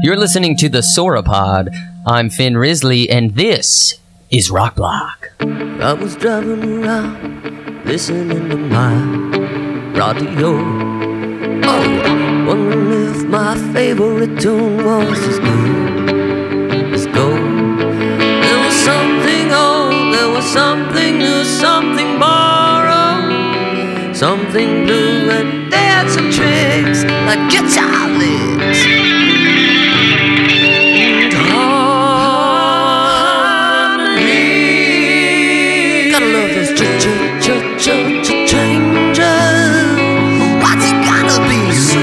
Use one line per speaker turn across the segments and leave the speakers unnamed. You're listening to the Sauropod. I'm Finn Risley, and this is Rock Block.
I was driving around, listening to my radio. Oh, wondering if my favorite tune was as good as gold. There was something old, there was something new, something borrowed, something blue, and they had some tricks like guitar licks. And harmony. Gotta love those ch- ch- ch- ch- ch- changes. What's it gotta be? Sweet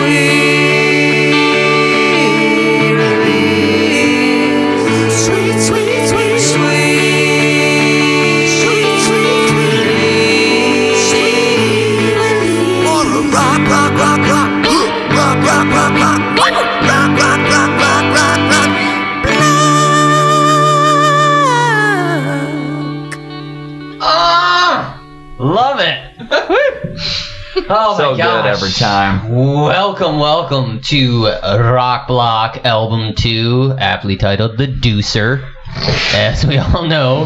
release. Sweet, sweet, sweet, sweet. Sweet, sweet, sweet release. Sweet release. Or a rock, rock, rock, rock. Rock, rock, rock, rock. Rock, rock, rock, rock, rock, rock, rock.
Ah! Love it. oh
so
my gosh.
good every time.
Welcome, welcome to Rock Block Album 2, aptly titled The Deucer. As we all know,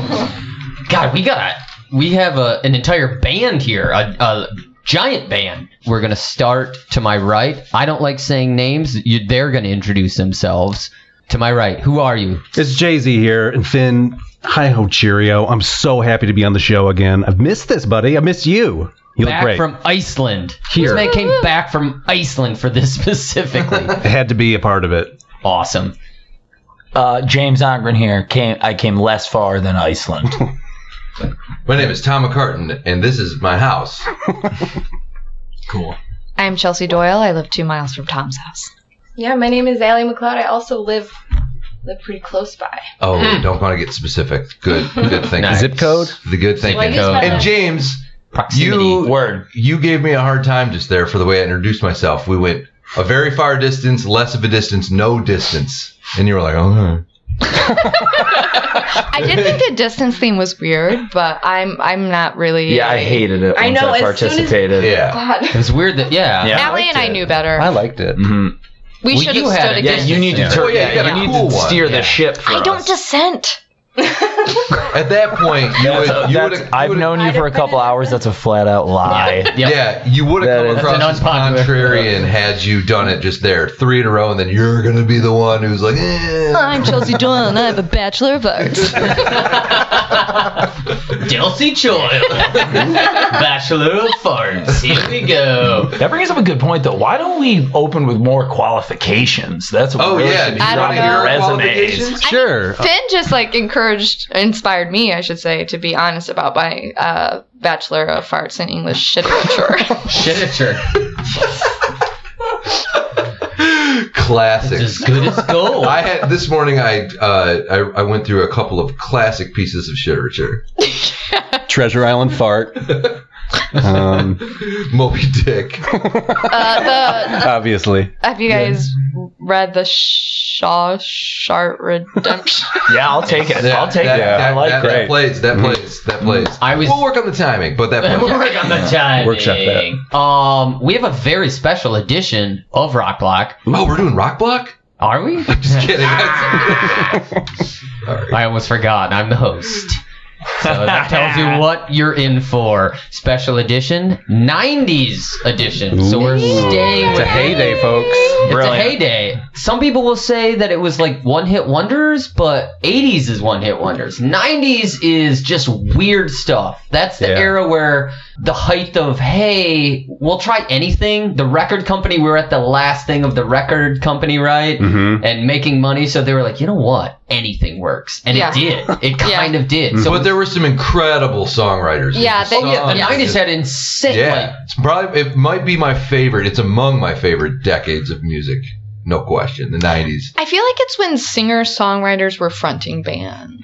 God, we got we have a, an entire band here, a, a giant band. We're gonna start to my right. I don't like saying names. You, they're gonna introduce themselves. To my right, who are you?
It's Jay Z here, and Finn. Hi ho, cheerio! I'm so happy to be on the show again. I've missed this, buddy. I miss you. You
back
look great.
from Iceland. This
Here.
man came back from Iceland for this specifically.
I had to be a part of it.
awesome.
Uh, James Ongren here. Came I came less far than Iceland.
My name is Tom McCartan, and this is my house.
cool.
I'm Chelsea Doyle. I live two miles from Tom's house.
Yeah, my name is Allie McLeod. I also live live pretty close by.
Oh, don't want to get specific. Good, good thing.
Nice.
Zip code?
The good thing.
Well, I guess my
And
last-
James,
Proximity.
You-
Word.
you gave me a hard time just there for the way I introduced myself. We went a very far distance, less of a distance, no distance, and you were like, "Oh,
I did think the distance theme was weird, but I'm I'm not really.
Yeah, I hated it. Once
I
I
know, as soon as-
participated.
yeah."
God.
It was weird that yeah.
Yeah.
Allie and I knew better.
liked it.
Mhm.
we
Well,
should
you
have
had
stood
it.
a
Yeah,
distance.
you need to turn.
Oh, yeah, you got a
you need
cool
to
one.
steer
Yeah.
the ship. For
I don't
us.
dissent.
At that point, you
That's
would,
a-
you
that's-
would, you
I've
would've-
known you
I'd
for a
have been
couple
in-
hours. That's a flat out lie.
Yep.
Yeah, you would have
That
come
is-
across
That's
as
an unpopular-
contrarian had you done it just there, three in a row, and then you're gonna be the one who's like, eh.
I'm Chelsea Doyle, and I have a Bachelor of Arts.
Delcy Choil. Bachelor of Farts. Here we go.
That brings up a good point, though. Why don't we open with more qualifications? That's what
Oh
really
yeah,
should
do
be
you
I
on
don't
want to
know.
hear
your
our
resumes.
qualifications?
Sure.
Finn just like encouraged, inspired me, I should say, to be honest about my uh, Bachelor of Arts in English literature.
Shitter.
Classic.
As good as gold.
I had this morning. I, uh, I I went through a couple of classic pieces of literature.
Treasure Island fart. um,
Moby Dick.
uh,
obviously.
the, have you guys read the Shawshark Redemption?
Yeah, I'll take it. I'll take
that,
it.
That,
I like Mm-hmm.
that,
it.
that plays. That plays. That plays.
I was-
We'll work on the timing, but that plays.
Work on the timing.
Workshop that.
Um, we have a very special edition of Rock Block.
oh, we're doing Rock Block.
Are we?
Just kidding. All right.
I almost forgot. I'm the host. So that tells you what you're in for. Special edition, 90s edition. So we're staying
It's
with
a heyday, folks.
It's a
Brilliant.
heyday. Some people will say that it was like one hit wonders, but 80s is one hit wonders. 90s is just weird stuff. That's the
Yeah.
era where the height of, hey, we'll try anything. The record company, we were at the last thing of the record company, right?
Mm-hmm.
and making money. So they were like, you know what? Anything works. And
Yeah.
it did. It
Yeah.
kind of did. So
Mm-hmm. but there were some incredible songwriters. in
Yeah,
this
they-
song.
yeah,
the
yeah.
90s had insane.
Yeah, it's probably it might be my favorite. It's among my favorite decades of music, no question. The '90s,
I feel like it's when singer songwriters were fronting bands.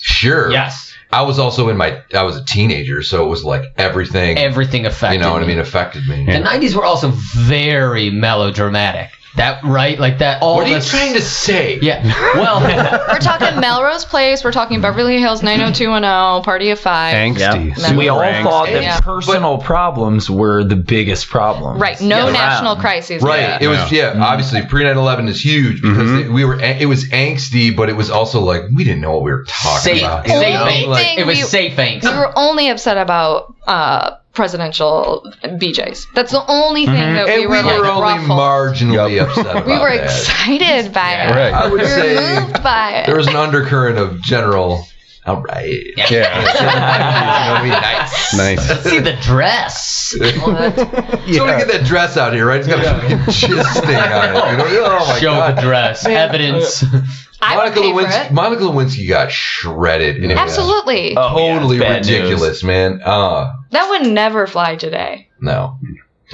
sure.
Like, yes.
I was also in my I was a teenager, so it was like everything.
Everything affected.
you know what I
me.
mean? Affected me.
The 90s were also very melodramatic. That right? Like that. All
What are you
this-
trying to say?
Yeah. Well,
We're talking Melrose Place. We're talking Beverly Hills 90210, Party of Five.
Angsty.
Yep.
Super
we all
angsty.
thought that
Yeah.
personal problems were the biggest problem.
Right. No
Yeah.
national crises.
Right.
Yeah.
It was yeah.
Mm-hmm.
Obviously, pre 9/11 is huge because
Mhm.
it- we were. an- It was angsty, but it was also like we didn't know what we were talking
safe,
about. you
safe
know?
Only
banks.
Like,
thing
it was
we-
safe banks.
we were only upset about uh, presidential BJ's. That's the only thing that
Mm-hmm. and
we were like
only
ruffled.
marginally upset about
we were
that.
excited Mm-hmm. by
Yeah.
it.
Right.
I
We
would
were
say
moved by
there
it.
was an undercurrent of general. All right.
Yeah.
It's gonna be nice.
Nice.
See the dress.
Somebody get that dress out here, right? It's got a fucking jizz stain on it. You know? Oh my
Show
god. Uh,
the dress. Evidence.
I would
Monica
pay for
Lewinsky,
it.
Monica Lewinsky got shredded. And it was
Absolutely.
Oh, yeah,
Totally
bad news.
ridiculous, man. Uh,
That would never fly today.
no.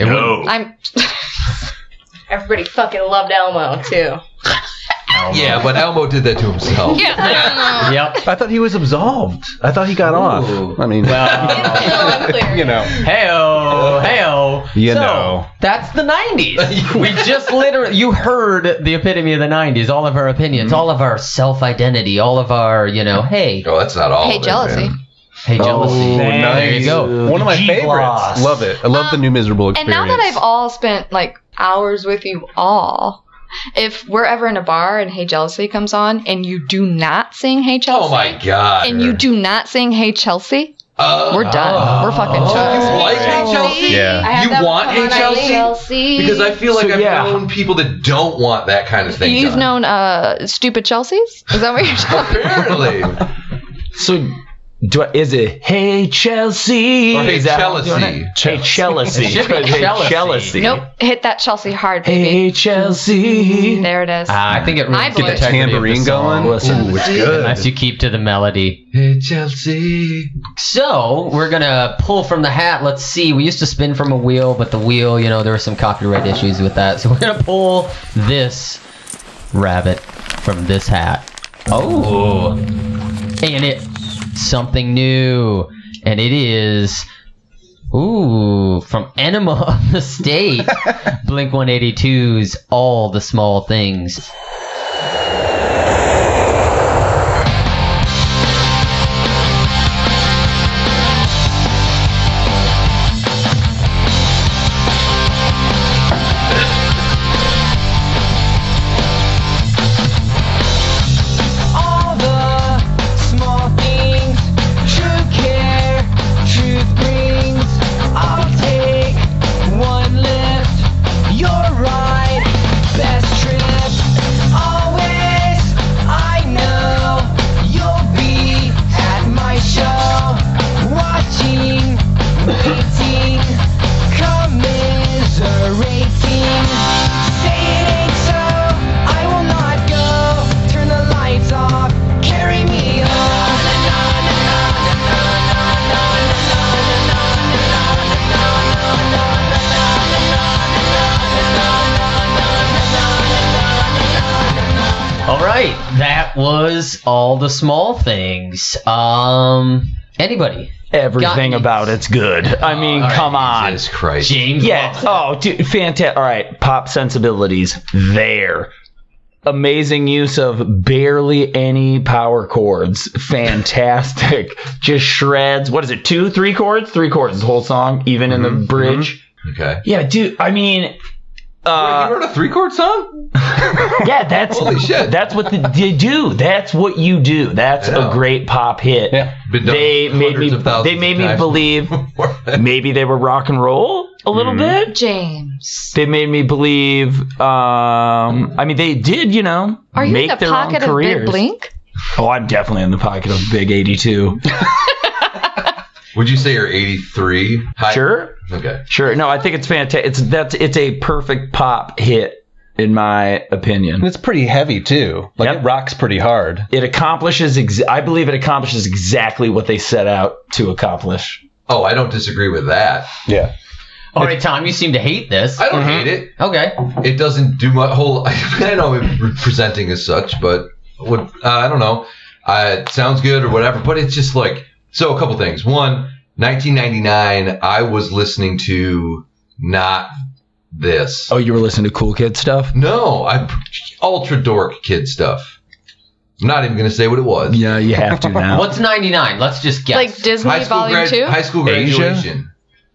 I'm
Everybody fucking loved Elmo too.
Yeah, but Elmo did that to himself.
yeah.
yep.
I thought he was absolved. I thought he got
Ooh.
off. I mean,
Well,
you know.
heyo, heyo.
You
So,
know.
That's the 90s. we just literally, you heard the epitome of the 90s. All of our opinions,
Mm-hmm.
all of our self identity, all of our, you know, hey,
No, Oh, that's not all.
Hey,
of it,
jealousy.
man.
hey, jealousy. there you
Oh, nice.
go. Um,
One of my
G-Gloss.
favorites. Love it. I love the new miserable
And
experience.
now that I've all spent like hours with you all, if we're ever in a bar and Hey Jealousy comes on and you do not sing Hey Chelsea,
Oh my god.
and you do not sing Hey Chelsea,
Uh,
we're done. we're fucking
oh,
done.
you like Hey Chelsea?
Yeah.
I had
You
that
want
one
Hey
when I
Chelsea?
leave.
Chelsea.
Because I feel like
So,
I've
yeah.
known people that don't want that kind of thing.
You've
done.
known uh, stupid Chelseas? Is that what you're talking
Apparently.
So, do I, is it Hey Chelsea?
Or Hey
Is that how I'm
Chelsea.
doing it? Hey Chelsea.
It should be
Hey
Chelsea.
Chelsea.
Nope. Hit that Chelsea hard, baby.
Hey Chelsea. Ah.
There it is.
Uh, I think it
I
really
believe-
Get that tambourine going.
Listen.
Ooh, it's good.
Unless you keep to the melody.
Hey, Chelsea.
So we're gonna pull from the hat. Let's see. We used to spin from a wheel, but the wheel, you know, there were some copyright issues with that. So we're gonna pull this rabbit from this hat. Oh, and it something new, and it is. Ooh, from Enema of the State, Blink 182's All the Small Things.
All the small things, true care, truth brings. I'll take one lift, your ride, best trip. Always, I know you'll be at my show, watching, waiting, commiserating. Say it ain't so, I will not go. Turn the lights off, carry me on.
All right, that was all the small things. Um, anybody?
Everything
Got me.
about it's good. I mean,
all right,
come on.
Jesus Christ.
James.
Yeah. Oh, dude, fantastic. All right, pop sensibilities there. Amazing use of barely any power chords. Fantastic. Just shreds. What is it? Two, three chords? Three chords. The whole song, even
Mm-hmm,
in the bridge.
Okay.
Yeah, dude. I mean, uh,
Wait, you wrote a three chord song?
yeah, that's
Holy shit.
That's what the, they do. That's what you do. That's
Yeah.
a great pop hit.
Been done
They made me.
hundreds of thousands
They made
of
me
times
believe
before.
maybe they were rock and roll a little
Mm-hmm.
bit.
James.
they made me believe um i mean they did you know
Are you
make
in the
their
pocket
own
of Big
careers
Blink?
oh i'm definitely in the pocket of big 82
Would you say you're 83? Hi-
sure
Okay.
sure no i think it's fantastic it's that's it's a perfect pop hit in my opinion
And it's pretty heavy too. Like
Yep.
it rocks pretty hard.
it accomplishes ex- i believe it accomplishes exactly what they set out to accomplish
Oh, I don't disagree with that.
Yeah.
All right, Tom, you seem to hate this.
I don't hate it.
Okay.
It doesn't do my whole. I know I'm presenting as such, but what uh, I don't know. Uh, it sounds good or whatever, but it's just like so. A couple things. One, 1999, I was listening to not this.
Oh, you were listening to cool kid stuff?
No, I ultra dork kid stuff. I'm not even gonna say what it was.
Yeah, you have to now.
What's 99? Let's just guess.
Like Disney
High school,
Volume
grad-
2?
high school
Asia?
graduation.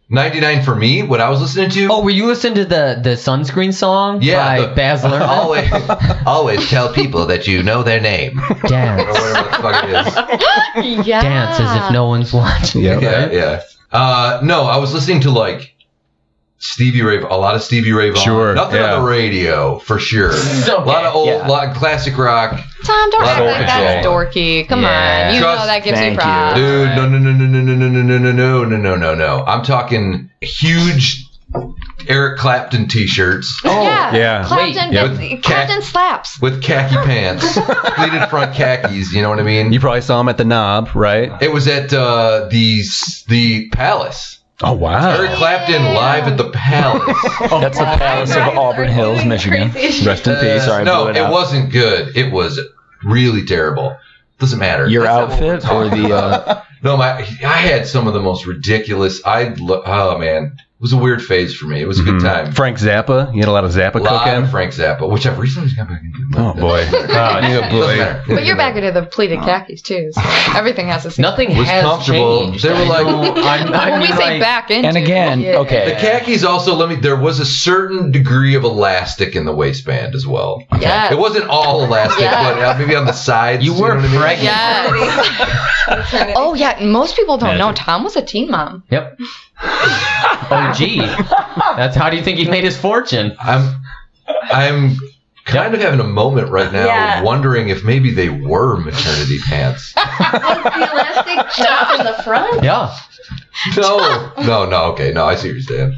99 for me, what I was listening to.
oh, were you listening to the, the sunscreen song
yeah.
by
the-
Baz Luhrmann?
always, always tell people that you know their name. Or
Dance.
whatever the fuck it is.
yeah.
Dance as if no one's watching.
Yeah.
Yeah, yeah. Uh, no, I was listening to like Stevie Ray, a lot of Stevie Ray Vaughan.
Sure,
Nothing
yeah.
on the radio for sure.
Okay,
a lot of old,
yeah.
lot of classic rock,
Tom, don't act
Level
like that's
control.
dorky. Come
Yeah.
on. You
Trust-
know that gives
thank
you props.
dude. No, no, no, no, no, no, no, no, no, no, no, no, no, no, no. I'm talking huge Eric Clapton t-shirts
yeah.
yeah.
Clapton,
Wait,
but-
Oh, yeah.
Clapton slaps.
with khaki pants, pleated front khakis. You know what I mean?
You probably saw him at the knob, right?
It was at uh, the the Palace.
Oh wow.
Eric Clapton live at the Palace.
That's the palace of Auburn Hills, Michigan. Rest in
Uh,
peace. Sorry, I
no,
blew
it,
it, out.
wasn't good. It was really terrible. Doesn't matter.
Your
That's not what we're
outfit or
talking
the, uh,
about. no, my I had some of the most ridiculous. I lo- oh man, it was a weird phase for me. It was a good time.
Frank Zappa. You had Mm-hmm. a lot of
A
Zappa
lot of
cooking.
Frank Zappa, which I've recently got back into.
Oh boy.
Doesn't
yeah,
matter.
But you're back into the pleated khakis, too. So everything has a season.
Nothing
Was
has
comfortable.
changed.
They were
I
like-
know,
"Oh,
I'm- I
when we
mean,
say
like-
back into.
And again,
yeah.
okay.
The khakis also let me. There was a certain degree of elastic in the waistband as well.
Yes.
It wasn't all elastic,
Yeah.
but uh, maybe on the sides.
You
know
were
what I mean?
pregnant.
Yes. oh, yeah. and Most people don't know
Magic.
Tom was a teen mom.
Yep. oh, gee. That's how do you think he made his fortune?
I'm I'm kind of having a moment right now
Yeah.
wondering if maybe they were maternity pants.
the elastic jump in the front?
Yeah.
No. no, no, okay, no, I see what you're saying.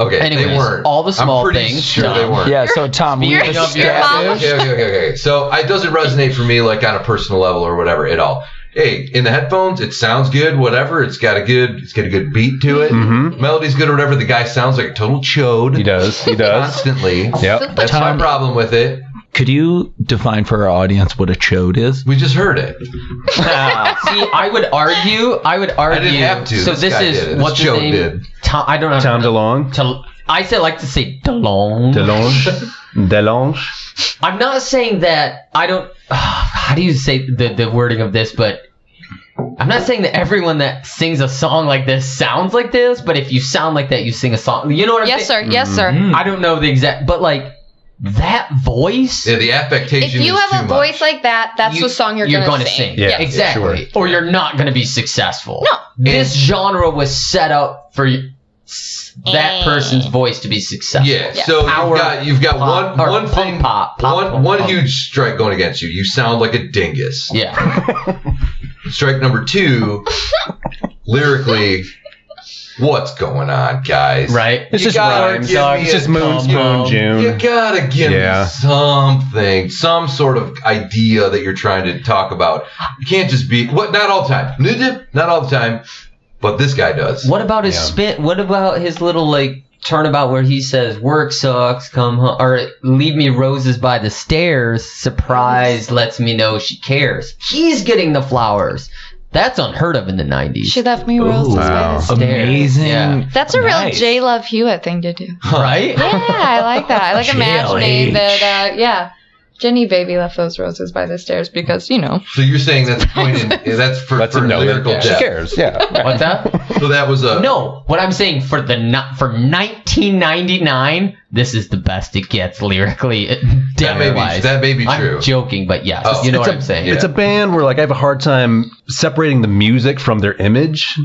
Okay, they
Anyways,
weren't.
all the small
I'm pretty
things,
Sure
Tom.
they weren't.
yeah, so Tom, we
You're-
just
up your
your mom.
Okay, okay, okay, okay. So it doesn't resonate for me like on a personal level or whatever at all. Hey, in the headphones, it sounds good, whatever. It's got a good it's got a good beat to it.
Mm-hmm.
Melody's good or whatever. The guy sounds like a total chode
He does. He does.
constantly.
Yep.
That's my
Tom-
problem with it.
Could you define for our audience what a chode is?
We just heard it.
See, I would argue. I would argue.
I didn't have to.
So
This
this,
guy
is
did it.
what's his
This Joe
name?
did.
Tom. I don't know.
Tom DeLong.
Tel- I say like to say DeLong.
DeLonge. DeLonge.
I'm not saying that I don't. uh, how do you say the the wording of this? But I'm not saying that everyone that sings a song like this sounds like this. But if you sound like that, you sing a song. You know what I'm
Yes,
saying?
sir. Yes, sir.
Mm.
I don't know the exact, but like that voice.
Yeah, the affectation.
If you
is
have
too
a
much.
voice like that, that's
You-
the song you're,
you're
going
gonna
to
sing.
sing.
Yeah.
Yes.
Exactly. Or you're not going to be successful.
No.
This genre was set up for y- s- that
Eh.
person's voice to be successful.
Yeah,
Yeah.
so
Power
you've got you've got
pop,
one
or
one
punk
thing
pop, pop,
one
punk
one
pop.
huge strike going against you. You sound like a dingus.
Yeah.
Strike number two, lyrically, what's going on, guys?
Right.
It's
You
just
gotta
rhymes.
give me
It's just
a
moon, spoon,
combo.
You
June.
gotta give
Yeah.
me something, some sort of idea that you're trying to talk about. You can't just be what not all the time. Not all the time. But this guy does.
What about his
Yeah.
spit? What about his little like turnabout where he says work sucks, come home, or leave me roses by the stairs. Surprise lets me know she cares. He's getting the flowers. That's unheard of in the '90s.
She left me roses
wow.
by the stairs.
Amazing.
Yeah.
That's a
Nice.
real J. Love Hewitt thing to do.
right?
Yeah, I like that. I like imagining
JLH.
that. Uh, yeah, Jenny Baby left those roses by the stairs because you know.
So you're saying that's point in, that's for,
That's
for
a no.
lyrical
Yeah. She
depth.
cares. Yeah.
What's that?
So that was a
No, what I'm saying for the not for 1999, this is the best it gets lyrically.
That may be
wise.
that may be
I'm
true.
joking, but yes,
Oh.
you know
It's
what
a-
I'm saying.
It's a band where like I have a hard time separating the music from their image.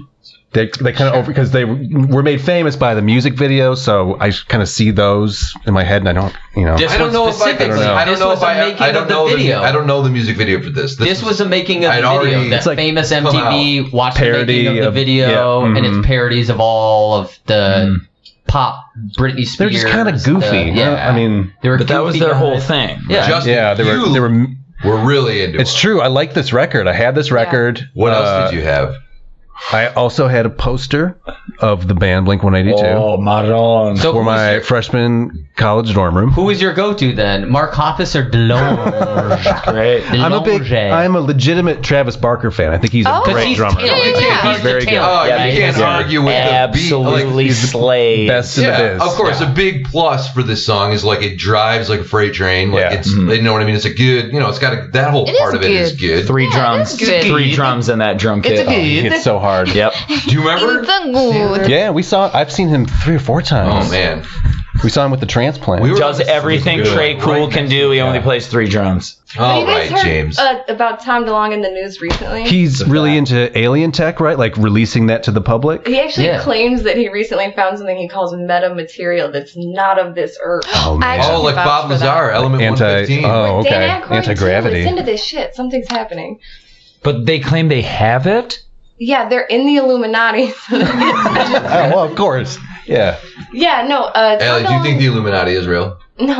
They, they kind of over because they were made famous by the music video, so I kind of see those in my head, and I don't, you know.
This
I don't
one
know if I,
specifically.
I don't
This
know
was
if
the
I,
making
I don't
of the
know
video.
The, I don't know the music video for this.
This was a making of
I'd
the video.
already-
that
It's like
famous
come
MTV watched the
Parody
making of the
of-
video,
yeah,
and
mhm.
it's parodies of all of the pop Britney Spears.
They're just kind of
the-
goofy.
yeah,
I mean,
they were
But that was
goofy
their whole
guys.
thing.
Yeah.
Just
yeah, they were
you
they were
were really into
It's
it.
true. I like this record. I had this record.
What
Uh,
else did you have?
I also had a poster of the band Blink 182
Oh, Maron.
Oh. So
for
who's
my
your,
freshman college dorm room.
who is your go-to then? Mark Hoppus or DeLonge?
Great.
I'm a big,
DeLonge.
I'm a legitimate Travis Barker fan. I think he's a
Oh. 'Cause
great
he's
drummer.
talented.
Yeah, yeah, yeah.
He's
He's
very
the
good.
talent.
Oh,
Yeah,
you
he's
can't
good.
argue with the beat. Like,
Absolutely slayed.
Best in the
yeah,
biz.
of course. A big plus for this song is like it drives like a freight train. Like
Yeah. Mm-hmm.
it's, you know what I mean. It's a good, you know, it's got a, that whole
It is
part of it is good.
Three
Yeah,
drums.
that's good.
Three drums in that drum kit.
Oh, he hits so hard.
Yep.
Do you remember?
Ethan Wood.
Yeah, we saw. I've seen him three or four times.
Oh man,
we saw him with the transplant.
We were-
Does
This is
everything
good.
Trey Cool
Right
can do. He only plays three drums.
all
you guys
right,
heard
James.
Uh, about Tom DeLong in the news recently?
He's really into alien tech, right? Like releasing that to the public.
He actually
Yeah.
claims that he recently found something he calls meta material that's not of this earth.
Oh man.
oh, like
vouch
Bob
for that.
Lazar, Element
Anti.
115.
Oh, okay.
Dan Aykroyd
Anti
Too, is
gravity.
into this shit. Something's happening.
But they claim they have it?
Yeah, they're in the Illuminati.
Oh, well, of course. Yeah.
yeah, no. Uh, Tom
Allie, do you
DeLonge-
think the Illuminati is real?
no.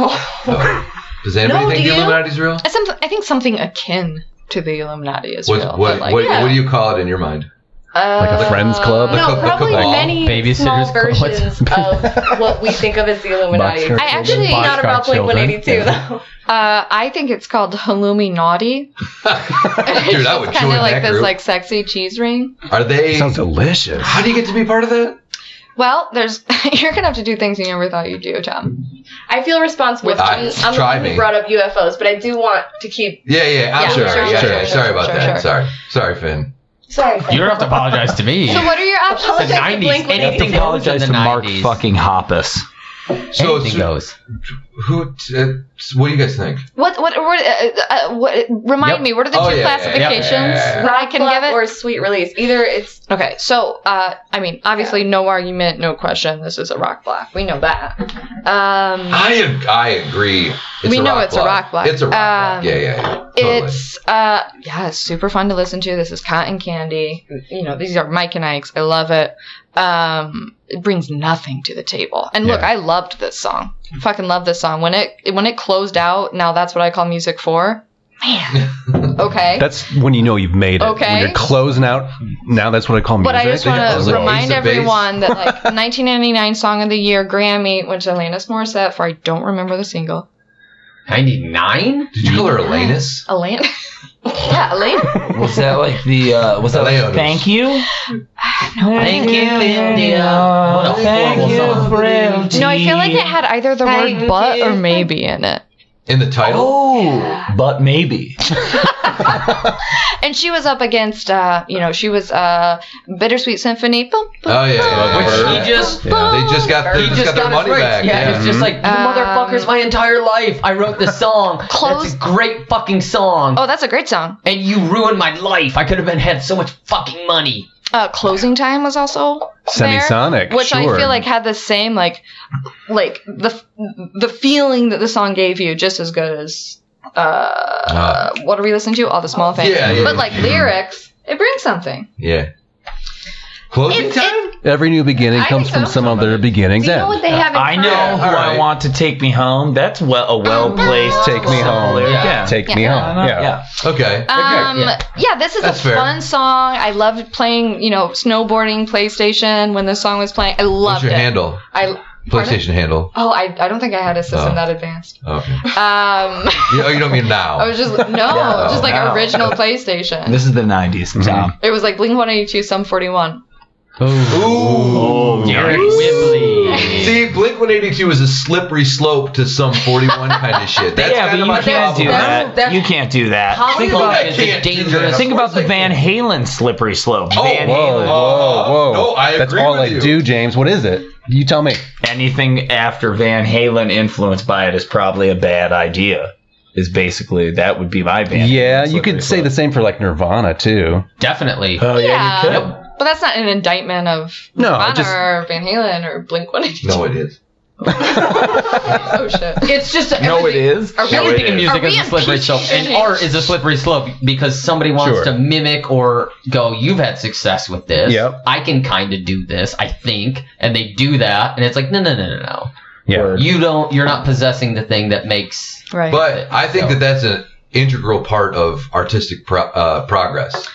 Oh. Does anybody
No,
think the
do you?
Illuminati is real?
I, some, I think something akin to the Illuminati is
What,
real.
what,
but, like,
what,
yeah.
what do you call it in your mind?
uh,
Like a friends club?
The
No,
co- the
probably
cabal.
many
Babysitter's
small versions of what we think of as the Illuminati.
Boxcar
I
children,
actually-
boxcar
Not about Blink
children.
182
Yeah.
though.
Uh, I think it's called Halloumi Naughty.
Dude, I would
it's
join
kind of like
that
this
group.
like sexy cheese ring.
Are they?
Sounds delicious.
How do you get to be part of that?
Well, there's you're gonna have to do things you never thought you'd do, Tom.
I feel responsible.
With-
I'm, I'm the
Try
one
me.
who brought up UFOs, but I do want to keep.
Yeah, yeah. I'm sorry.
Yeah, sure,
yeah,
sure,
yeah,
sure,
sorry about
sure,
that.
sure.
Sorry, sorry, Finn.
Sorry.
You don't have to apologize to me.
So what are your
the
options?
Apologize. to
90s.
Blink-182.
Anything goes in
I apologize
the
to Mark
90s.
fucking Hoppus.
So,
Anything
so
goes.
who? t- uh, what do you guys think?
What what what, uh, uh, what remind
Yep.
me? What are the two
Oh, yeah, yeah, yeah, yeah,
classifications
yeah, yeah.
that I can
Rock
give it?
or sweet release. Either it's
Okay, so uh, I mean, obviously, no argument, no question. This is a rock block. We know that. Um,
I ag- I agree. It's
We
a
know
rock
it's a rock block.
It's a rock block.
Um,
Yeah, yeah, yeah. Totally.
it's uh, yeah, it's super fun to listen to. This is cotton candy. You know, these are Mike and Ike's. I love it. Um, it brings nothing to the table. And look,
Yeah.
I loved this song. Fucking love this song. When it when it closed out, now that's what I call music for. Man, okay.
That's when you know you've made it. When
Okay.
you're closing out. Now that's what I call music.
But I just
Yeah,
want
those
to
are
remind
piece of bass.
everyone that like 1999 Song of the Year Grammy went to Alanis Morissette for I don't remember the single.
99?
Did you call her Elanus?
Alanis. yeah, Alanis.
Was that like the uh was that
Leonos.
like, thank you?
Thank you, India. What a horrible
Thank you,
song.
frailty.
No, I feel like it had either the word but or maybe in it.
In the title?
Oh, but maybe.
And she was up against, uh, you know, she was uh, Bittersweet Symphony. Boom, boom,
Oh, yeah, yeah, yeah.
Which
Yeah.
he just...
They just got they
He
just,
just
got their
got
money
his rights.
back.
Yeah, it's just like, you
Um,
motherfuckers, my entire life I wrote this song.
Close-
That's a great fucking song.
Oh, that's a great song.
And you ruined my life. I could have been had so much fucking money.
Uh, Closing Time was also there.
Semisonic.
which
sure.
I feel like had the same like like the the feeling that the song gave you just as good as uh, what are we listening to? All the small things.
Uh, Yeah, yeah,
but like
yeah.
lyrics, it brings something.
Yeah. Closing
It's-
time.
every new beginning
I
comes
think
from
so.
some other beginning's
you know
end.
what they have in
I know
Yeah,
who
alright.
I want to take me home. That's well a well placed
Take me home.
Yeah.
Take me home. Yeah.
yeah.
Okay.
Um,
yeah.
yeah. this is
That's
a
fair.
fun song. I loved playing, you know, snowboarding PlayStation when this song was playing. I
What's
loved
your
it.
handle?
I Pardon?
PlayStation handle.
oh, I, I don't think I had a system
Oh.
that advanced.
Okay.
Um,
You, oh, you don't mean now.
I was just no,
Oh,
just like
no.
original PlayStation.
This is the 90s, Tom.
it was like Blink One Eighty Two, Sum Forty One.
Ooh.
Oh,
Derek Whibley.
See, Blink 182 is a slippery slope to some 41 kind of shit. That's
yeah,
kind
but
of
you
my
can't
problem.
do that.
That's-
You can't do that.
What do
Think
you mean
about
I
it. It's a
can't do
dangerous-
that? Of
Think
course
about the
I
Van
can.
Halen slippery slope.
Oh,
Van
Whoa,
Halen.
Oh, whoa, whoa.
No, I
That's
agree
all
with
I
you.
do, James. What is it? You tell me.
Anything after Van Halen influenced by it is probably a bad idea. Is basically that would be my
Yeah,
band.
you could say the same for like Nirvana too.
Definitely.
Oh yeah,
Yeah.
you could.
But that's not an indictment of
No,
Nirvana
just-
or Van Halen or Blink One Eighty Two.
No, it is.
Oh shit.
It's just
No, it is.
Are we-
no, it
Everything in
is.
music
Are we
is a
in
slippery
peach
slope, and
shit?
art is a slippery slope because somebody wants
Sure.
to mimic or go, "You've had success with this.
Yep.
I can kind of do this. I think," and they do that, and it's like, "No, no, no, no, no.
Yeah.
Word.
You don't. You're not possessing the thing that makes."
Right.
But I think that that's an integral part of artistic pro- uh, progress.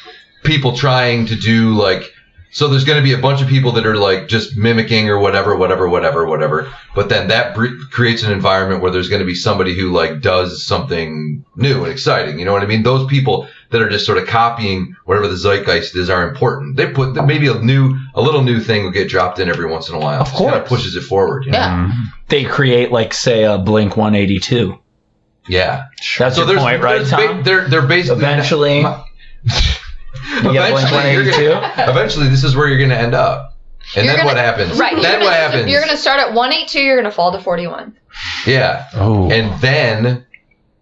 People trying to do like So there's going to be a bunch of people that are like just mimicking or whatever, whatever, whatever, whatever. But then that bre- creates an environment where there's going to be somebody who like does something new and exciting. You know what I mean? Those people that are just sort of copying whatever the zeitgeist is are important. They put maybe a new, a little new thing will get dropped in every once in a while.
Of
It kinda
course.
pushes it forward. You know?
Yeah.
Mm. They create like say a Blink 182.
Yeah.
That's
So
your
there's,
point, right,
there's ba-
Tom?
they're they're basically
Eventually, yeah, Blink
eventually, you're gonna-
182.
eventually this is where you're going to end up. And
You're
then what
gonna-
happens?
Right. you're
Then
gonna-
what happens?
You're gonna start at 182. You're gonna fall to 41.
yeah.
Oh.
And then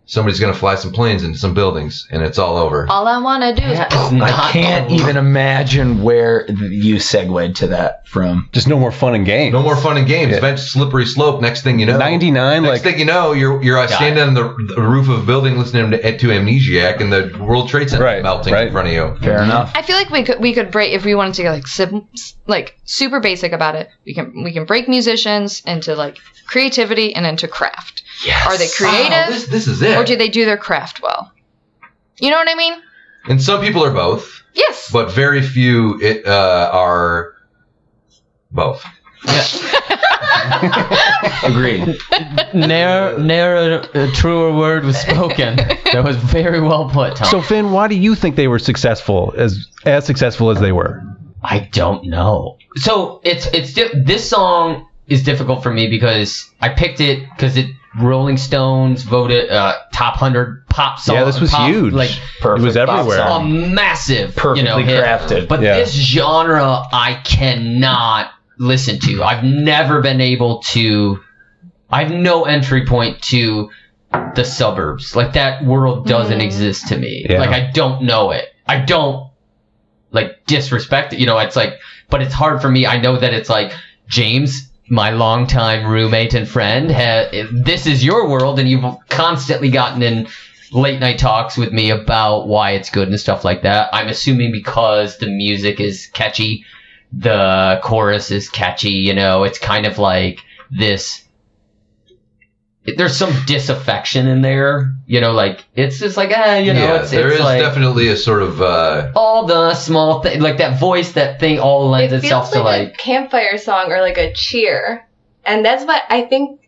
somebody's going to fly some planes into some buildings and it's all over.
All I wanna do is.
I can't even imagine where th- you segued to that from.
Just no more fun and games.
No more fun and games.
Yeah.
Event slippery slope. Next thing you know.
99,
Next
like,
thing you know, you're you're uh,
Got
standing on the, the roof of a building listening to, to Amnesiac and the World Trade Center
Right,
melting
right.
in front of you.
Fair enough.
I feel like we could we could break if we wanted to get like sim, like super basic about it. We can we can break musicians into like creativity and into craft.
Yes.
Are they
Wow,
creative
this, this is it.
or do they do their craft well? You know what I mean?
and some people are both.
Yes.
but very few it, uh, are both.
Agreed.
Ne'er, ne'er a, a uh, truer word was spoken. that was very well put, Tom.
So Finn, why do you think they were successful as as successful as they were?
I don't know. So it's it's di- this song is difficult for me because I picked it because it Rolling Stones voted uh, top hundred pop song.
Yeah, this was
pop-
huge.
Like
It was
Perfect box
everywhere.
song.
a massive,
Perfectly
you Um, know, hit.
crafted.
But
Yeah.
this genre, I cannot listen to. I've never been able to. I have no entry point to the suburbs. Like that world doesn't exist to me.
Yeah.
Like I don't know it. I don't like disrespect it. You know, it's like, but it's hard for me. I know that it's like James. My longtime roommate and friend, ha- this is your world, and you've constantly gotten in late night talks with me about why it's good and stuff like that. I'm assuming because the music is catchy, the chorus is catchy, you know, it's kind of like this there's some disaffection in there, you know, like it's just like eh, you know,
yeah,
it's,
there
it's
is
like
definitely a sort of uh,
all the small thing, like that voice, that thing, all
It
lends
feels
itself
like,
to
a
like
campfire song or like a cheer, and that's what I think.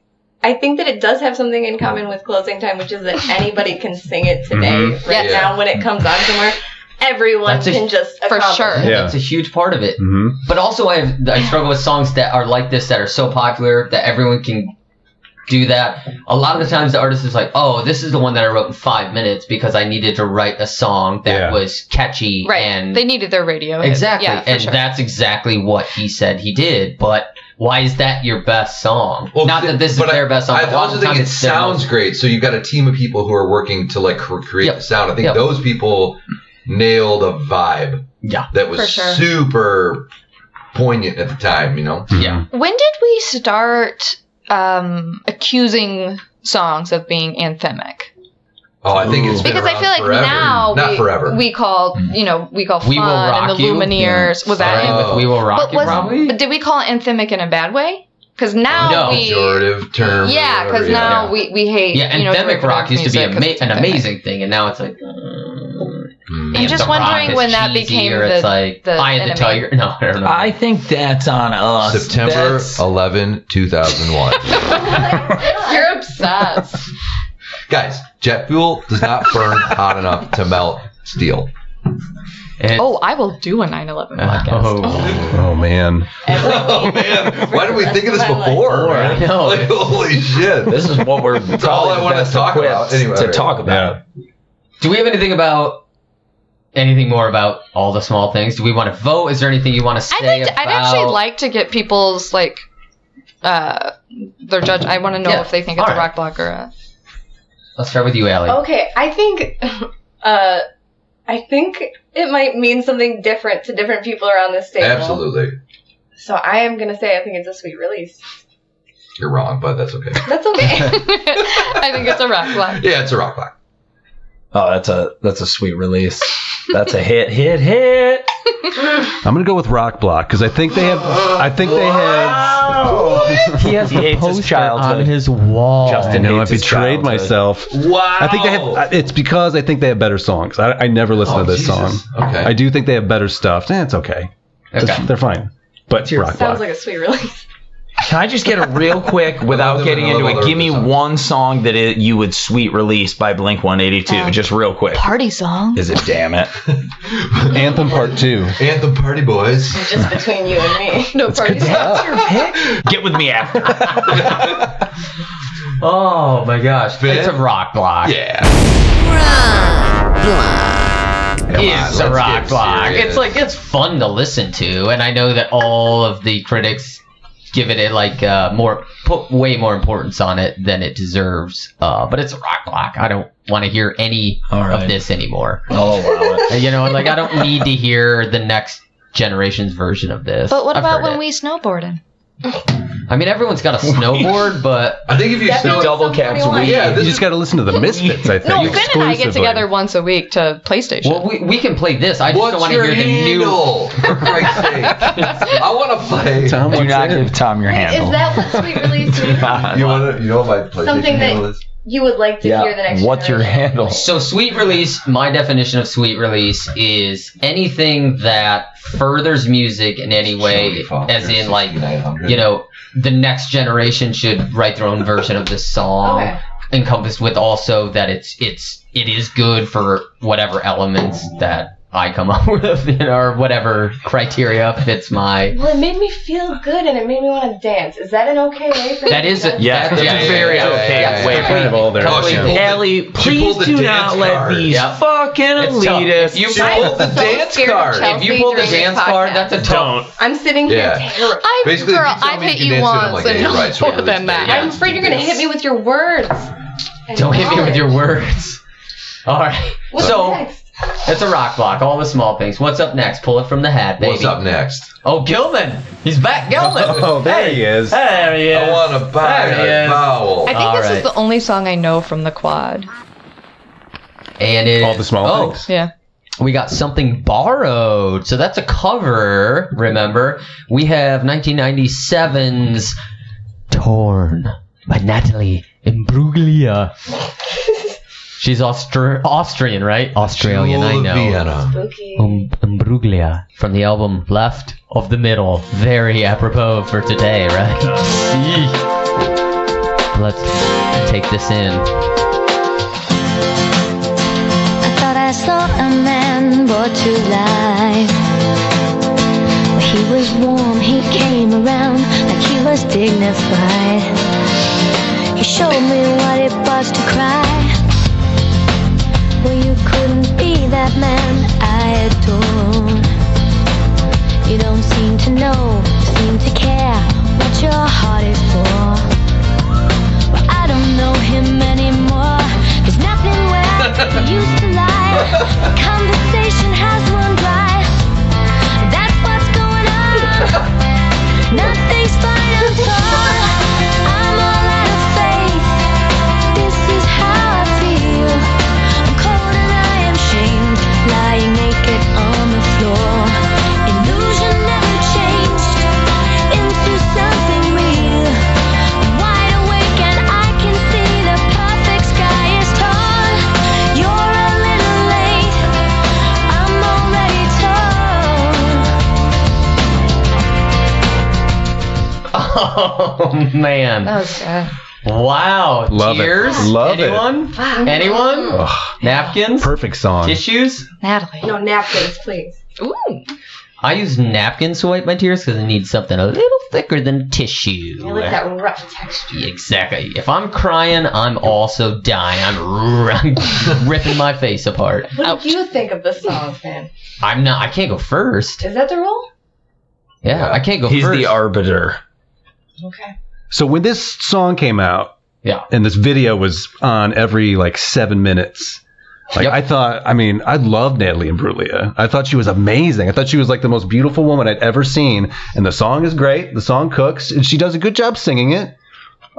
I think that it does have something in common with closing time, which is that anybody can sing it today,
Mhm.
right
Yes.
now when it comes on somewhere. Everyone
That's a-
can just
for
accomplish
sure.
Yeah.
that's a huge part of it.
Mm-hmm.
But also, I have, I struggle with songs that are like this that are so popular that everyone can do that. A lot of the times, the artist is like, "Oh, this is the one that I wrote in five minutes because I needed to write a song that
Yeah.
was catchy
Right.
and
they needed their radio. hit.
exactly."
Yeah, for
and
sure.
that's exactly what he said he did. But why is that your best song?
Well,
Not that this is
but I-
their best song.
I
but a lot
also
of the
think
time
it
it's their most-
sounds great. So you got a team of people who are working to like cr- create
Yep.
the sound. I think
Yep.
those people nailed a vibe.
Yeah.
that was
For sure.
super poignant at the time. You know,
yeah.
when did we start um, accusing songs of being anthemic?
oh, I think it's been
Because I
around
feel like
forever.
now
not
we,
forever.
we call you know we call
We Will
fun and
Rock
the
You. Mm-hmm.
Lumineers. Was that
Oh.
it?
With we will rock
But
you,
was
probably.
but did we call it anthemic in a bad way? Because now
No.
we
pejorative term. or
yeah,
whatever,
because now we, we hate
yeah,
you know,
anthemic
derivative
rock used to be
music 'cause
ama-
it's
an
anthemic.
amazing thing, and now it's like. mm,
Mm.
I'm
If
just
the rock
wondering
is
when that
cheesy,
became
or it's
the-
like
the
I had the tiger.
enemy.
No, I don't know.
I think that's on us.
September
That's-
11, 2001.
You're obsessed.
Guys, jet fuel does not burn hot enough to melt steel.
It's-
oh, I will do a 9/11 podcast.
oh.
Oh man.
Oh man, why did we think of this before?
I know.
Like, holy shit.
This is what we're
Oh, That's
probably
all I
the
wanted to
best
talk
equipped
about anyway.
to talk about.
Do we have anything about anything more about all the small things? Do we want to vote? Is there anything you want to say
I'd like to,
about?
I'd actually like to get people's like uh their judge. I want to know
Yeah.
if they think it's
All
a
right.
rock block or a
Let's start with you, Allie.
Oh,
Okay, I think, uh, I think it might mean something different to different people around this table.
Absolutely.
So I am gonna say I think it's a sweet release.
You're wrong, but that's okay.
That's okay.
I think it's a rock block.
Yeah, it's a rock block.
Oh, that's a that's a sweet release. That's a hit, hit, hit.
I'm gonna go with Rock Block because I think they have. I think they have.
He has
Oh. He hates his childhood.
his wall.
I
Justin
know I
hates his
betrayed
childhood.
myself.
Wow.
I think they have. It's because I think they have better songs. I, I never listen to this song.
Oh, Okay.
I do think they have better stuff. Eh, it's okay. That's- They're fine. But rock
Sounds
block.
like a sweet release.
Can I just get a real quick without
Other
getting
than
into
another
it? Give me
song.
one song that it, you would sweet release by Blink 182,
Um,
just real quick.
Party song.
Is it damn it?
Anthem Part Two.
Anthem Party Boys.
Just between you and me.
No party song.
Get with me after.
Oh my gosh, it's a rock block.
Yeah.
It's a
Come on, let's
rock
get
block.
serious.
It's like it's fun to listen to, and I know that all of the critics give it a, like uh, more put way more importance on it than it deserves. Uh, but it's a rock block. I don't want to hear any
All
of
right.
this anymore.
Oh wow.
And, you know, like I don't need to hear the next generation's version of this.
But what
I've
about
heard
when
it.
we snowboarding?
I mean, everyone's got a snowboard, but
I think if you
Definitely
still,
double
something
caps
we want.
weed. Yeah,
You
this-
just got to listen to the Misfits, I think.
No, Finn and I get
exclusively.
together once a week to PlayStation.
well, we, we can play this. I just don't
what's
want to
your
hear the new.
handle? For Christ's sake, I want to play.
Tom,
Do
what's
not
in?
give Tom your
Is
handle.
that what sweet release means?
You want to? You know what my PlayStation
Something that-
handle is?
You would like to hear the
yeah.
next
What's your
generation.
handle?
So sweet release, my definition of sweet release is anything that furthers music in any way, as in like you know the next generation should write their own version of this song,
Okay.
encompassed with also that it's it's it is good for whatever elements that I come up with you know, or whatever criteria fits my.
Well, it made me feel good and it made me want to dance. Is that an okay way for
That
me
is
to dance?
Yeah,
that-
that's
yeah,
a
yeah,
very
yeah,
okay
yeah, yeah,
way.
yeah.
Kind of all there.
Oh, she pulled the-
Ellie,
she
please
pulled the
do
dance
not let
card.
these
Yep.
fucking
It's tough.
elitists.
If you
She
I'm
pulled the
so
dance
scared of
card.
if
Chelsea.
you pull the
during this
dance card,
podcast.
that's a tough.
I'm sitting here
Yeah.
terrified.
I've,
Basically, if
girl,
you tell
I've
me
hit
you
you
can dance, then I'm
once,
like,
and
yeah,
no
you're right, sweet
more
release,
than
yeah,
that.
yeah.
I'm afraid you're gonna hit me with your words. I
Don't hit me
know
with
it.
your words. All right.
What's
so.
next?
It's a rock block, all the small things. What's up next? Pull it from the hat, baby.
What's up next?
Oh, Gilman! He's back, Gilman!
Oh, there he is. Oh, uh,
There he
I
is.
want to buy
There he
a
is.
vowel.
I think this
Alright.
is the only song I know from the quad.
And it,
All the small
oh,
things.
Yeah.
we got something borrowed. So that's a cover. Remember, we have 1997's "Torn" by Natalie Imbruglia. She's Austri- Austrian, right? Australian, I know.
Vienna.
Spooky.
Um, Umbruglia from the album Left of the Middle. Very apropos for today, right? Yee. Let's take this in.
I thought I saw a man brought to life. He was warm, he came around like he was dignified. He showed me what it was to cry. Well, you couldn't be that man I adore. You don't seem to know, seem to care what your heart is for. Well, I don't know him anymore. There's nothing where we used to lie. The conversation has run dry. That's what's going on. Nothing's fine, I'm torn. I'm all out of faith. This is how I feel. I'm cold and I am shamed. Lying naked on the floor. Illusion never changed into something real. I'm wide awake and I can see the perfect sky is torn. You're a little late. I'm already torn.
Oh man!
That was good.
Wow!
Love it.
Tears?
Love it.
Anyone?
Fuck.
Anyone?
Ugh,
Napkins?
perfect song.
Tissues?
Natalie.
No napkins, please.
Ooh.
I use napkins to wipe my tears because I need something a little thicker than tissue.
I like that rough texture.
Exactly. If I'm crying, I'm also dying. I'm, r- I'm ripping my face apart.
What do you think of the song, man?
I'm not. I can't go first.
Is that the rule?
Yeah, I can't go
He's
first.
the arbiter.
Okay.
So when this song came out,
Yeah.
and this video was on every like seven minutes. Like
Yep.
I thought, I mean, I loved Natalie Imbruglia. I thought she was amazing. I thought she was like the most beautiful woman I'd ever seen. And the song is great. The song cooks, and she does a good job singing it.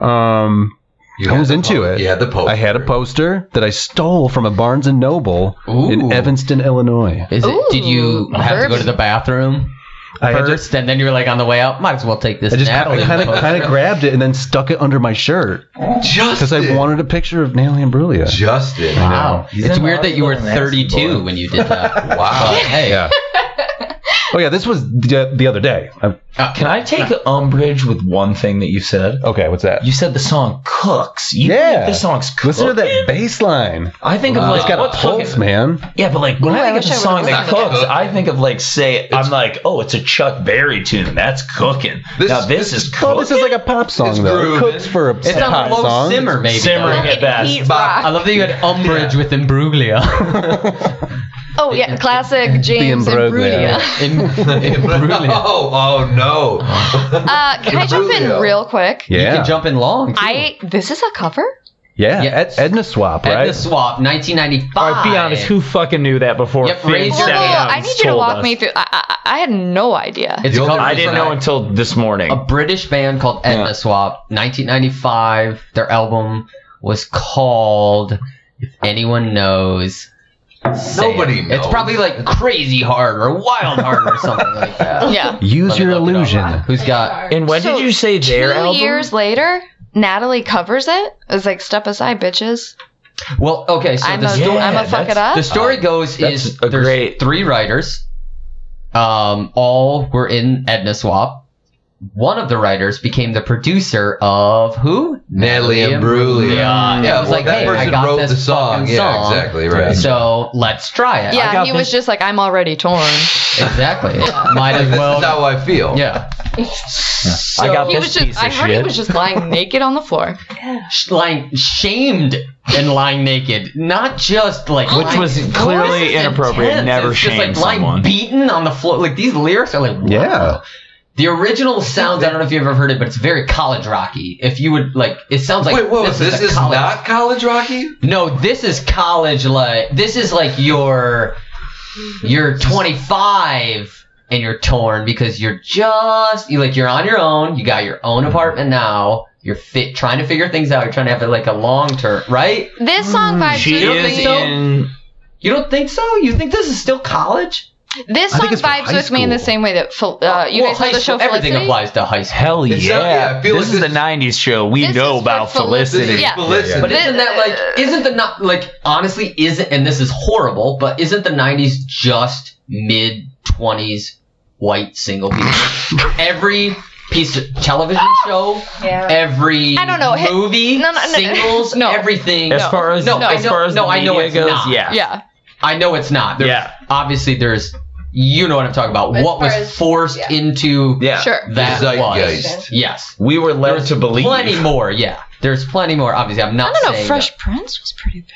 Um,
You
I
had
was
the
into
po-
it.
You had the post.
I had a poster that I stole from a Barnes and Noble
Ooh.
in Evanston, Illinois.
Is it? Did you
Ooh,
have to go
herbs.
to the bathroom
I had
first,
just,
and then you were like on the way out? Might as well take this.
I just
Natalie
kind of
poster.
kind of grabbed it and then stuck it under my shirt
Justin.
because I wanted a picture of Natalie Imbruglia.
Justin.
Wow,
He's
it's
an
weird that you were
awesome little nasty
32
boy.
when you did that.
Wow.
But hey,
Oh yeah, this was the, the other day. I'm,
Uh, can I take umbrage with one thing that you said?
okay, what's that?
You said the song cooks. You
Yeah.
think This song's cooking.
Listen to that bass line.
I think
Wow.
of
It's
like
got
what's
a pulse,
cooking?
man.
Yeah, but like when
I
I think of
wish
the
I
song
would've
that
listened to
cooks, I think of like say I'm like, oh, it's a Chuck Berry tune. That's cooking.
This
now
is-
this is
Well, Oh, this
cooking.
is like a pop song
It's
though.
grooving.
It cooks for a
It's
pop
on a low
song.
simmer, maybe.
Simmering.
though.
at best.
Heat
Bob,
I
rock.
love that you had umbrage with imbruglia.
Oh yeah, classic James
Imbruglia.
Imbruglia.
Im- imbruglia.
Oh, oh no.
Uh, can I jump in
Imbruglia.
real quick?
Yeah.
You can jump in long. Too.
I this is a cover.
Yeah.
Yeah.
Ed- Edna Swap,
At
right?
the swap, 1995.
All right, be honest. Who fucking knew that before?
Yep,
Finn
raise your
sat
hand.
down
Well, I
and
need you to
told
walk
um, us?
me through. I, I I had no idea.
It's
The
a
only
cover
I didn't
from
know until this morning.
a British band called Etna
Yeah.
Swap, 1995. Their album was called If Anyone Knows. Say
Nobody
It.
knows.
It's probably like Crazy Hard or Wild Hard or something like that.
yeah.
Use
Let me
your
look it up.
illusion.
Who's got?
and when
So,
did you say their
Two
album?
years later, Natalie covers it. It's like step aside, bitches.
Well, okay. So
I'm
the
a,
story,
am a
Yeah,
fuck
that's
it up.
the story goes
that's
is
a
there's
great-
three writers. Um, all were in Edna Swap. One of the writers became the producer of who?
Natalie Imbruglia.
Yeah, it
Yeah,
was
well,
like,
that
hey, I
person
got
wrote
this
the song.
fucking
Yeah,
song.
exactly. Right.
So let's try it.
I got
yeah, he was
this.
just like, I'm already torn.
Exactly. Might
Like,
as
this
well.
is how I feel.
yeah.
I got
he
this
was just.
piece
I
of
heard
shit.
he was just lying naked on the floor.
Sh- Lying shamed and lying naked, not just like
Which
lying-
was
This is
clearly
intense.
inappropriate. Never
it's just,
shame
like lying
someone.
beaten on the floor. Like these lyrics are like wow.
Yeah.
The original sounds. I don't know if you've ever heard it, but it's very college rocky. If you would like, it sounds like
Wait, whoa, this,
a
is,
college-
not college Rocky?
No, this is college like this is like your you're 25 and you're torn because you're just you like you're on your own, you got your own apartment now. You're fit trying to figure things out. You're trying to have like a long term, right?
This song vibes.
She
with
is
me.
in.
You don't think so? You think this is still college?
This
I
song
think it's for
vibes
high
with me in the
school.
same way that Fel- uh, you
Well,
guys know
high
the show
school- everything
Felicity?
applies to high school.
Hell yeah!
It's not- yeah, I
this
feel like
is
this-
the '90s show. We
This
know
is
about
for
Felicity.
Felicity.
This is
Yeah.
Felicity.
But isn't that
uh,
like isn't the not like honestly isn't and this is horrible, but isn't the nineties just mid twenties white single people? Every piece of television show,
Yeah.
every
I don't know, hey-
movie,
no, no, no,
singles,
no.
everything.
As far as
no, I
as
know,
far as
no,
the
I know
media
it's
goes,
not.
yeah.
Yeah.
I know it's not. There's,
Yeah.
obviously there's you know what I'm talking about.
As
what
far
was
as-
forced
yeah.
into
Yeah.
Sure.
that was
Zeitgeist.
yes.
We were led to believe.
Plenty more, yeah. There's plenty more. Obviously, I'm
I
not
don't know.
saying
Fresh Prince was pretty big.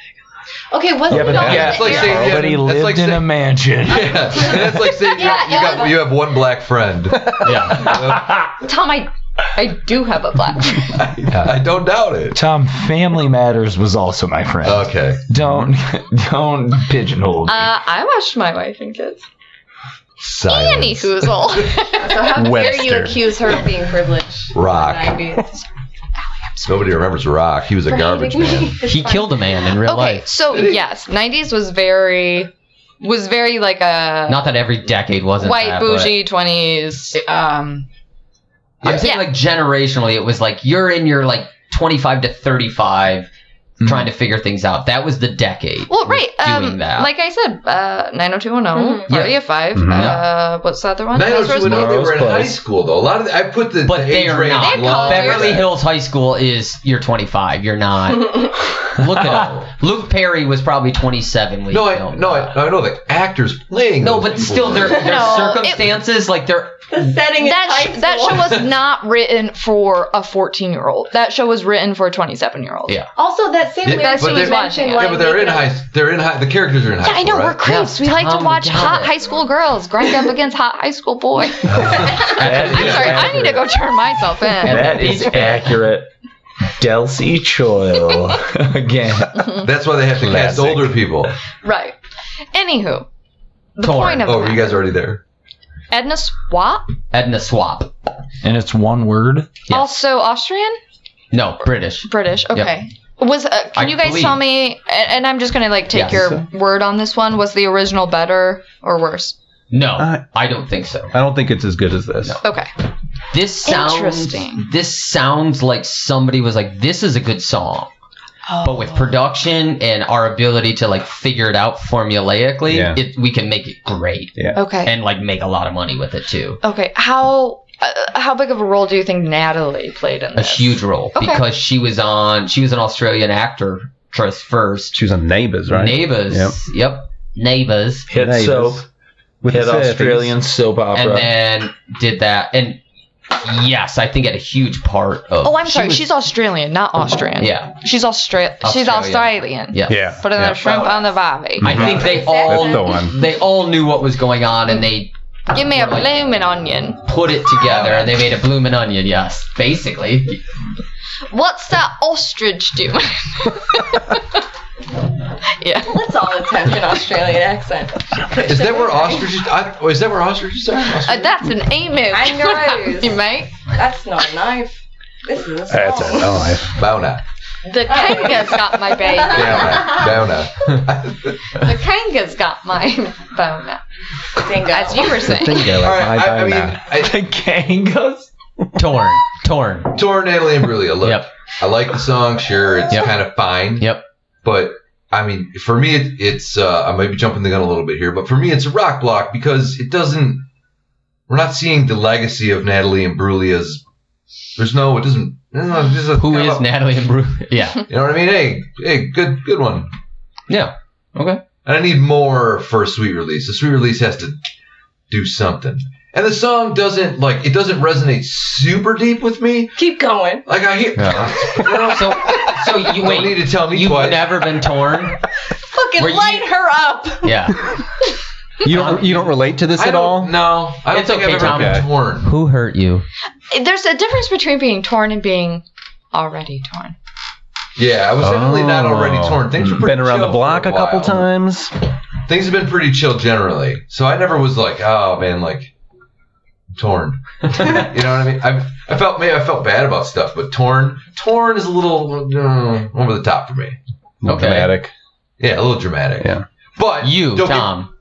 Okay, wasn't
Yeah, but
it all
that-
in
It's like
the
saying-
era?
yeah,
Nobody
that's
lived
like
in
say-
a mansion.
Yeah, that's like saying you-
Yeah,
you,
it
got,
was-
you have one black friend.
that. yeah.
Tom, I, I do have a black.
I don't doubt it.
Tom, Family Matters was also my friend.
Okay.
don't don't pigeonhole me.
Uh, I watched My Wife and Kids. Annie
Silence.
Hoozle.
So how dare you
Webster.
accuse her of being privileged?
Rock.
In the 90s?
Nobody remembers Rock. He was a
For
garbage
hating me.
man.
It's
He
fine.
killed a man in real
okay,
life.
so yes, '90s was very, was very like a
Not that every decade wasn't
Uh, white
that, but-
bougie '20s. Um,
I'm saying
Yeah.
like generationally, it was like you're in your like 25 to 35,
Mhm.
Mm-hmm.
trying to figure things out. That was the decade.
well,
was
right.
Doing
Um,
that. Mm-hmm.
like I said, uh, 90210,
Mhm.
Party of 5
Mhm.
Uh, what's the other one?
oh
They
Housewares-
were
Melrose
in high
Place.
school though. A lot of the, I put the,
but
the
they
age
are
range
not.
They've called
low.
it-
Beverly Hills High School is you're 25. You're not. Look it up. Luke Perry was probably 27 when
No,
he
I
filmed
no,
that.
I, I know the actors playing.
no,
those
but
people
still, their,
were-
their
No, it-
circumstances, like they're
The setting is
that
high
sh- that
school.
show was not written for a 14 year old. That show was written for a 27 year old.
Yeah.
Also, that same
Yeah,
but
lyric she
they're-
was mentioned.
yeah,
Yeah,
like,
but they're in
making
high. They're in high. The characters are in high.
Yeah, I know
school,
we're
right?
creeps. we like
Tom,
to watch
got
hot
it.
high school girls grind up against hot high school boys.
That
I'm
is
sorry, I need to
accurate.
go turn myself in.
That is accurate. Delcy Choil again.
That's why they have to cast
Classic.
older people.
right. Anywho, the
Torn.
point of
Oh,
that,
you guys are already there.
Edna Swap,
Edna Swap.
And it's one word.
Yes.
also Austrian,
No, British.
British. Okay. Was uh, can
I
you guys tell
believe.
me? And, and I'm just gonna like take
Yes.
your word on this one. Was the original better or worse?
No,
Uh,
I don't think so.
I don't think it's as good as this.
Okay.
This sounds
Interesting.
This sounds like somebody was like, "This is a good song."
Oh.
But with production and our ability to like figure it out formulaically,
Yeah.
it, we can make it great
Okay.
and like make a lot of money with it too.
okay. How uh, how big of a role do you think Natalie played in
A
this?
huge role
Okay.
because she was on. She was an Australian actor trust first.
She was on Neighbors, right?
Neighbors.
Yep.
yep. Neighbors.
Hit
Neighbors.
soap.
With
hit
the fifties.
Australian soap opera.
and then did that. And yes, I think had a huge part of.
Oh, I'm
she
sorry.
was- Oh,
she's Australian, not Austrian.
Yeah,
She's Austra- She's Australian.
yeah.
Yeah. Mm-hmm.
Put another shrimp on the barbie.
I think they
That's the
all
one.
they all knew what was going on, and they
Give me a bloomin' onion.
put it together, and they made a bloomin' onion. Yes, basically.
What's that ostrich doing? yeah.
Let's all attempt an Australian accent.
Is that where ostriches? I, oh, is that where ostriches are?
Uh, that's an emu.
I know.
you, mate.
That's not a knife. This is a saw.
That's Oh, a knife.
Bauna.
The kangaroo's got my baby.
Bauna. Bauna.
The kangaroo's got my boner.
Dingo.
As you were saying.
Bingo.
All right.
my
I, I
boner.
mean, I,
the gang goes.
torn, torn.
Torn Natalie Imbruglia. Look,
Yep.
I like the song. Sure, it's
Yep.
kind of fine.
Yep.
But I mean, for me, it, it's uh, I might be jumping the gun a little bit here, but for me, it's a rock block because it doesn't. We're not seeing the legacy of Natalie Imbruglia's. There's no. It doesn't. No, this is a,
Who
kind
is
of a-
Natalie and Bruce? Yeah,
You know what I mean? Hey, hey, good, good one.
yeah. Okay.
And I need more for a sweet release. A sweet release has to do something. And the song doesn't like it doesn't resonate super deep with me.
Keep going.
Like I hear,
Yeah.
you know,
So, so you
don't need
wait.
to tell me
You've
twice.
never been torn.
Fucking
Were you-
light her up.
Yeah.
You don't you don't relate to this
I
at
don't-
all?
No, I don't
It's
think
okay,
I've ever
Tom.
been
Okay.
torn.
Who hurt you?
There's a difference between being torn and being already torn.
Yeah, I was definitely not already
Oh.
torn. Things were pretty
Been around the
chill
block
for
a couple
while.
times.
Things have been pretty chill generally, so I never was like, oh man, like torn. you know what I mean? I, I felt maybe I felt bad about stuff, but torn, torn is a little uh, over the top for me.
Okay.
Dramatic.
Yeah, a little dramatic.
Yeah.
But
You,
don't get-
Tom.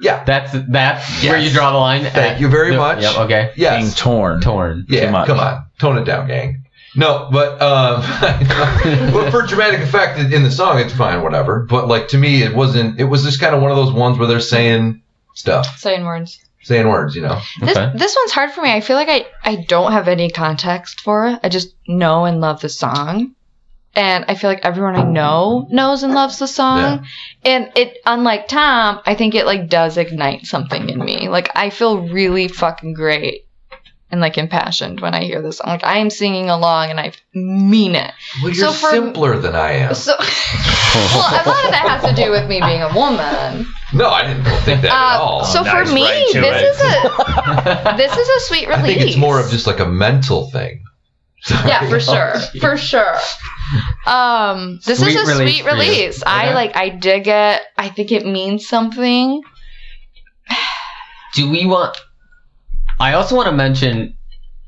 Yeah.
That's that's where you
Yes.
draw the line.
Thank you very much.
Yep. Okay.
Being
yes.
torn.
Torn.
yeah.
too much.
Come on, tone it down, gang. No, but um, but for dramatic effect in the song, it's fine, whatever. But like to me, it wasn't. It was just kind of one of those ones where they're saying stuff,
Saying words.
saying words, you know.
This
Okay.
this one's hard for me. I feel like I, I don't have any context for it. I just know and love the song. And I feel like everyone I know knows and loves the song. And it unlike Tom, I think it like does ignite something in me. Like I feel really fucking great and like impassioned when I hear this song. Like I am singing along and I mean it.
Well, you're
So for-
simpler than I am.
So Well, a lot of that has to do with me being a woman.
No, I didn't think that at all.
Uh, so for me, this is a this is a sweet
I
release.
think it's more of just like a mental thing.
yeah for sure for sure um this
Sweet
is a
release
sweet
for you.
release i
Okay.
like i dig it i think it means something
Do we want? I also want to mention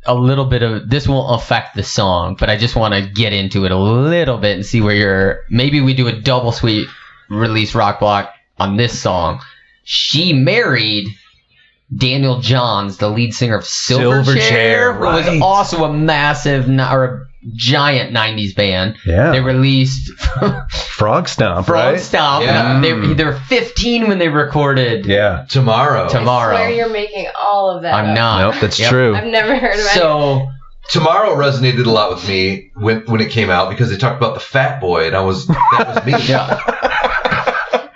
a little bit of this won't affect the song, but I just want to get into it a little bit and see where you're. Maybe we do a double sweep release rock block on this song. She married Daniel Johns, the lead singer of Silverchair,
Silverchair,
who was
right.
also a massive ni- or a giant '90s band. They
Yeah.
released
Frog Stomp,
Frog
right?
Stomp.
Yeah.
and They, they were 15 when they recorded
Yeah.
Tomorrow.
Tomorrow.
I swear you're making all of that.
I'm
up.
not.
Nope, that's
Yep.
true.
I've never heard of it.
So
Tomorrow resonated a lot with me when when it came out because they talked about the fat boy and I was that was me.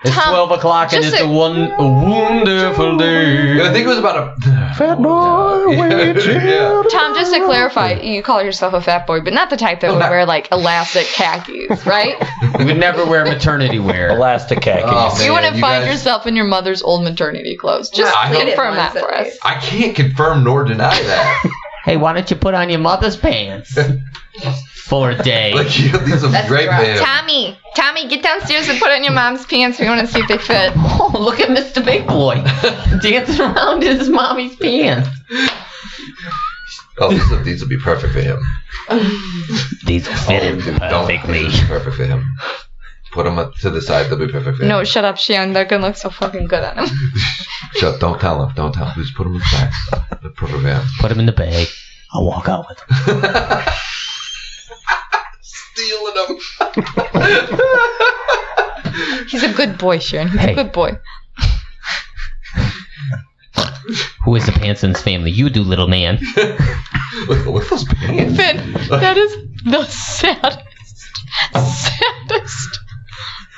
it's
Tom,
12 o'clock and
just
it's
a-
a, one, a wonderful day.
I think it was about a
Fat boy,
Yeah.
we
Yeah.
tom just to clarify you call yourself a fat boy but not the type that would wear like elastic khakis right
We would never wear maternity wear.
Elastic khakis.
Oh, man,
you wouldn't find
guys-
yourself in your mother's old maternity clothes just
I don't-
confirm that for us
I can't confirm nor deny that.
Hey, why don't you put on your mother's pants for a day?
like you know, these are
That's
great
right.
man.
tommy tommy get downstairs and put on your mom's pants we want to see if they fit
Oh, look at Mr. Big Boy dancing around in his mommy's pants.
Oh, these, these would be perfect for him.
These fit him
Don't-
perfectly.
these would be perfect for him. Put him to the side. They'll be perfect for him.
no shut up Shion. they're gonna look so fucking good on him
Shut, don't tell him. Don't tell him. Just put him aside. The perfect man.
Put him in the bag. I'll walk out with him.
stealing them.
He's a good boy, Sharon. He's
Hey.
a good boy.
Who is the Pansons family? You do, little man.
look, look at those pants.
Finn, that is the saddest, saddest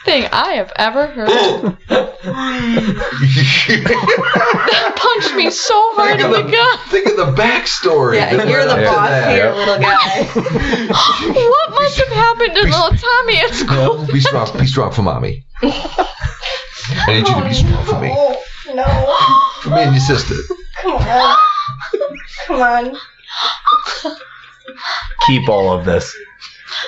thing I have ever heard. That punched me so hard in the gut.
Think of the backstory.
Yeah,
that
you're
led
the
up to
boss
that.
here, little guy.
What must have happened to little Tommy at school?
Be strong, be strong for mommy. I need you to be strong for me.
Oh, no.
For me and your sister.
Come on. Come on.
Keep all of this.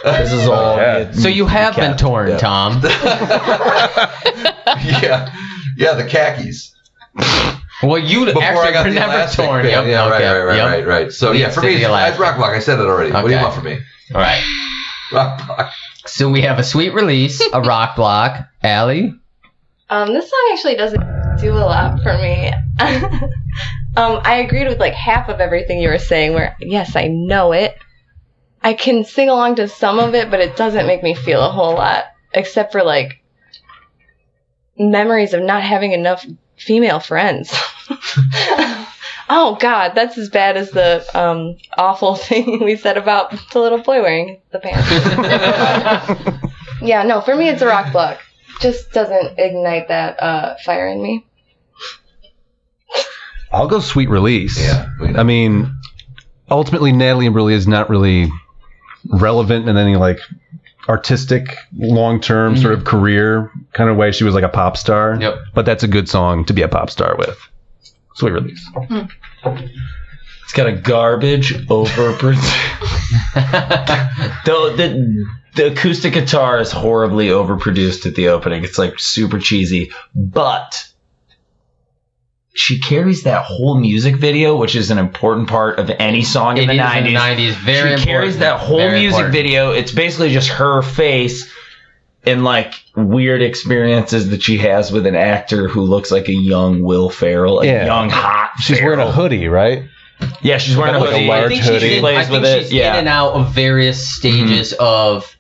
This is all.
Yeah.
So you have been torn,
Mm, Yeah.
Tom.
yeah. Yeah, the khakis.
Well, you
Before
actually
I got
were
the
never
elastic
torn.
band.
Yep,
Yeah, right,
okay,
right, right,
yep.
right, right. So
We
yeah, for
stick
me,
the
it's, it's
elastic.
rock block. I said it already. What do you
Okay.
want from me?
All right.
Rock block.
So we have a sweet release, a rock block, Allie.
Um, this song actually doesn't do a lot for me. um, I agreed with like half of everything you were saying. Where yes, I know it. I can sing along to some of it, but it doesn't make me feel a whole lot, except for like memories of not having enough female friends. oh God, that's as bad as the um, awful thing we said about the little boy wearing the pants. yeah, no, for me it's a rock block just doesn't ignite that uh, fire in me.
I'll go sweet release.
Yeah, we know.
I mean, ultimately, Natalie really is not really relevant in any like artistic, long
Mm-hmm.
term sort of career kind of way. She was like a pop star.
Yep.
But that's a good song to be a pop star with. Sweet release.
It's got a garbage overproduced. Though the the acoustic guitar is horribly overproduced at the opening. It's like super cheesy, but she carries that whole music video, which is an important part of any song in
It
the
is
nineties.
nineties. Very
she carries
important,
that whole
very
music
important.
video. It's basically just her face and like weird experiences that she has with an actor who looks like a young Will Ferrell, a
Yeah.
young hot.
She's wearing a hoodie, right?
Yeah, she's wearing a
Like a
hoodie.
large
I think
hoodie.
She
I
plays
think
with it.
she's
Yeah. Mm-hmm.
in and out of various stages of